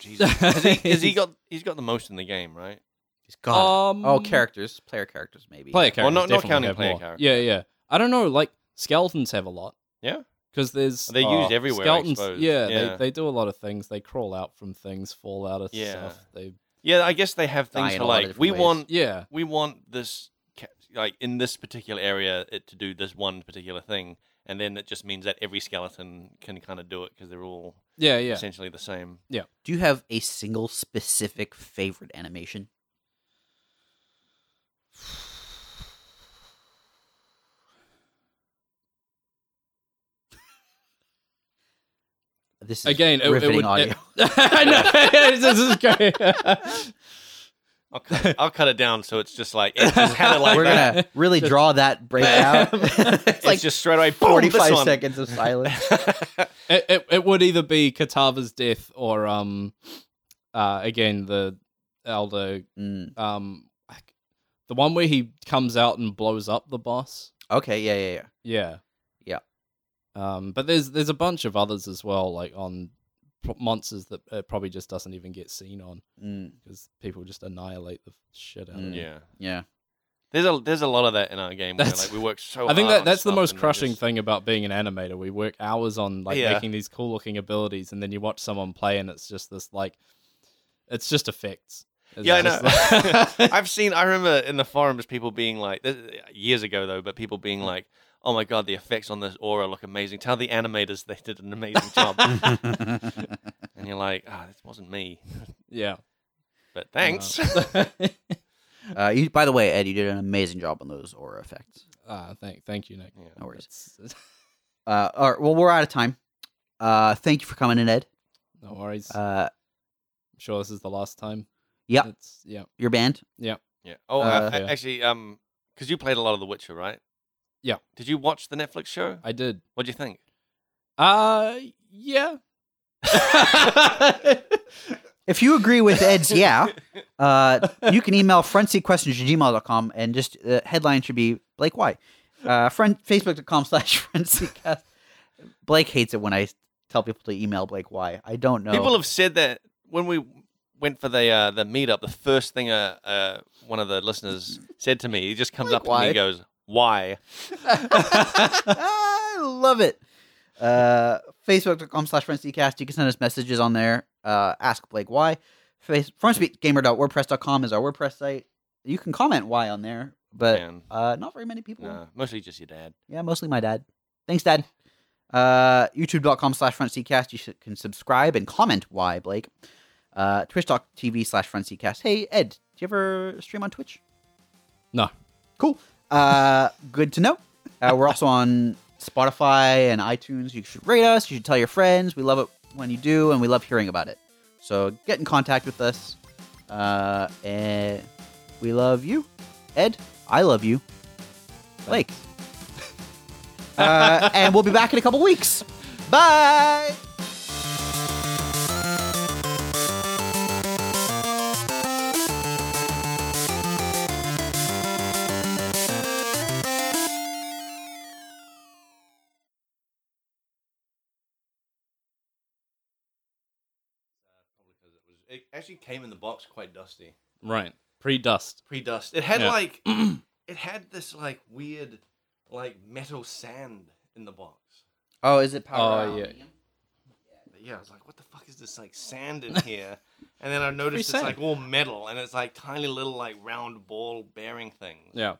Jesus. Has he, has he got? He's got the most in the game, right?
He's gone. oh,
Um,
characters, player characters, maybe.
Player characters.
Well, not- not
definitely
counting
have
player
more.
characters.
Yeah, yeah. I don't know. Like skeletons have a lot.
Yeah.
Because there's
They're
uh,
used everywhere, I
Skeletons,
suppose.
yeah,
Yeah.
They, they do a lot of things. They crawl out from things, fall out of
Yeah.
stuff. They
Yeah, I guess they have
Die
things
in
for
a lot of
like
different
we
ways.
want
yeah
we want this ca- like in this particular area it to do this one particular thing, and then it just means that every skeleton can kind of do it because they're all
yeah yeah.
essentially the same.
Do you have a single specific favorite animation? This is
Again, it, it
riveting
would.
audio.
It, [LAUGHS] I know [LAUGHS] this is great. [LAUGHS]
I'll cut, it- I'll cut it down so it's just like it's just had it
[LAUGHS]
like
We're
that.
gonna really draw that breakout.
Bam.
[LAUGHS] it's
It's
like
just straight away boom, this
forty-five
one.
seconds of silence.
it, it it would either be Katava's death or um, uh, again the elder
[LAUGHS] Mm,
um, the one where he comes out and blows up the boss.
okay, yeah, yeah, yeah. Yeah.
Yeah. Um, but there's there's a bunch of others as well, like on pro- monsters that it probably just doesn't even get seen on
Mm,
because people just annihilate the shit out of
Mm.
it.
[LAUGHS] yeah.
yeah.
There's a there's a lot of that in our game.
That's-
where, like we work so.
I think
hard
that
on
that's the
stuff
most
and then
crushing
just-
thing about being an animator. We work hours on like
Yeah.
making these cool looking abilities, and then you watch someone play, and it's just this like, it's just effects. It's
Yeah, I
just
[LAUGHS] know.
like- [LAUGHS]
I've seen. I remember in the forums, people being like, this, years ago though, but people being like, "Oh my god, the effects on this aura look amazing." Tell the animators they did an amazing
[LAUGHS]
job,
Mm,
and you're like, "Ah, this wasn't me,"
yeah.
but thanks.
[LAUGHS]
[LAUGHS]
uh, you, by the way, Ed, you did an amazing job on those aura effects.
[LAUGHS] Ah, thank thank you, Nick.
yeah.
No worries.
It's- [LAUGHS]
Uh, all right. Well, we're out of time. Uh, thank you for coming in, Ed.
no worries.
Uh,
I'm sure this is the last time.
Yep.
It's, yeah.
your band.
yeah. Oh,
Uh,
I, I-
Yeah.
actually, um, because you played a lot of The Witcher, right?
Yeah.
Did you watch the Netflix show?
I did.
What do you
[LAUGHS]
think?
Uh, yeah.
If you agree with Ed's, yeah, uh, you can email frontseatquestions at gmail.com and just uh, headline should be Blake Why. Uh, front, Facebook.com slash [LAUGHS] frontseatcast. Blake hates it when I tell people to email Blake Why. I don't know.
People have said that when we went for the uh, the meetup, the first thing uh, uh, one of the listeners said to me, he just comes
Like,
up to me
why?
and goes, "Why?"
I love it. Uh, Facebook.com slash FriendsyCast. You can send us messages on there. Uh, ask Blake why. Face- FrontSpeakGamer.wordpress.com is our WordPress site. You can comment why on there, but
Man,
uh, not very many people.
nah, mostly just your dad.
Yeah, mostly my dad. Thanks, Dad. Uh, YouTube.com slash FrontSeatCast. You should, can subscribe and comment why, Blake. Uh, Twitch.tv slash FrontSeatCast. Hey, Ed, do you ever stream on Twitch?
No.
Cool. Uh, good to know. Uh, we're also on Spotify and iTunes. You should rate us. You should tell your friends. We love it when you do, and we love hearing about it. So get in contact with us. Uh, and we love you, Ed. I love you,
[LAUGHS]
Blake. uh, and we'll be back in a couple weeks. Bye.
It actually came in the box quite dusty,
Right. Pre dust.
pre-dust. It had [CLEARS THROAT]
Yeah.
like it had this like weird like metal sand in the box.
Oh, is it
powered Oh, on? yeah.
But yeah, I was like, what the fuck is this like sand [LAUGHS] in here? And then I noticed it's
sand.
like all metal and it's like tiny little like round ball bearing things.
Yeah.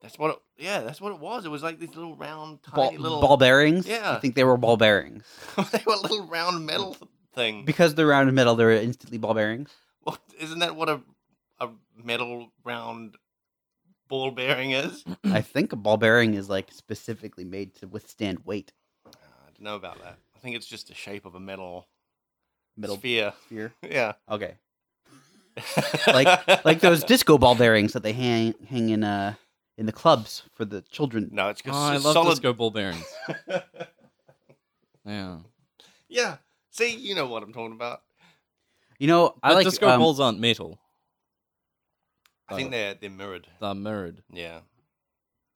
That's what it, yeah, that's what it was. It was like these little round
Ball,
tiny little
ball bearings.
Yeah.
I think they were ball bearings
[LAUGHS] they were little round metal thing.
because they're round and metal. They're instantly ball bearings.
What, isn't that what a a metal round ball bearing is? Uh,
I think a ball bearing is like specifically made to withstand weight.
Ah, I don't know about that. I think it's just the shape of a metal
Middle
sphere. [LAUGHS]
sphere.
Yeah.
Okay. Like- like those disco ball bearings that they hang hang in uh in the clubs for the children.
[LAUGHS] No, it's
Oh,
got
I
s-
love
solid.
disco ball bearings. Yeah,
[LAUGHS] yeah. See, you know what I'm talking about.
You know, I
but
like
disco
um,
balls aren't metal;
I think
Oh.
they're they're mirrored.
they're mirrored.
Yeah.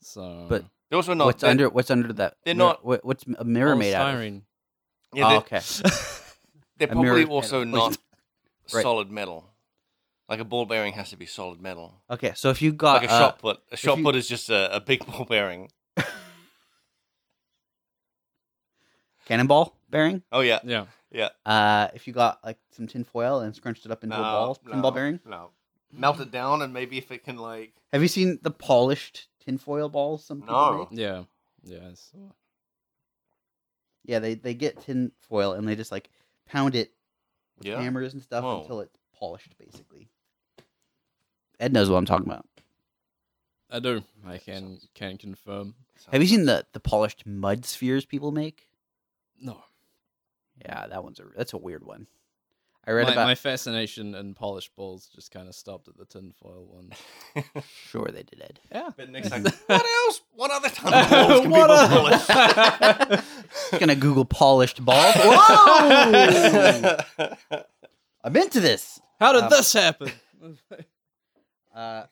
So,
But
They're also not.
What's
they're-
under what's under that?
they're
mirror-
not-
What, what's a mirror made out? Of? [LAUGHS]
polystyrene.
Yeah, they're,
oh, okay.
they're
A
probably
mirrored
also
metal.
not
Right.
solid metal. Like a ball bearing has to be solid metal.
Okay, so if you got
like a
uh,
shot put. A shot
you-
put is just a, a big ball bearing.
cannonball bearing,
Oh yeah,
Yeah,
yeah.
uh, if you got like some tin foil and scrunched it up into a
No,
ball,
no,
pinball bearing.
No, melt it down and maybe if it can like.
Have you seen the polished tinfoil balls? Some people
No.
make?
yeah, yeah. I saw-
Yeah, they they get tin foil and they just like pound it with
Yeah.
hammers and stuff
Whoa.
until it's polished, basically. Ed knows what I'm talking about.
I do. I can can confirm.
Have you
[LAUGHS]
seen the the polished mud spheres people make?
No,
Yeah, that one's a that's a weird one. I read
my,
about.
my fascination in polished balls just kind of stopped at the tinfoil one.
[LAUGHS] Sure, they did, Ed.
Yeah.
But next
[LAUGHS]
time, what else? What other time of balls can
[LAUGHS] What
people
other-
Just gonna Google polished ball. Whoa! [LAUGHS]
[LAUGHS] polish?
I'm into this.
[LAUGHS] How
[LAUGHS]
did
Um,
this happen?
Uh,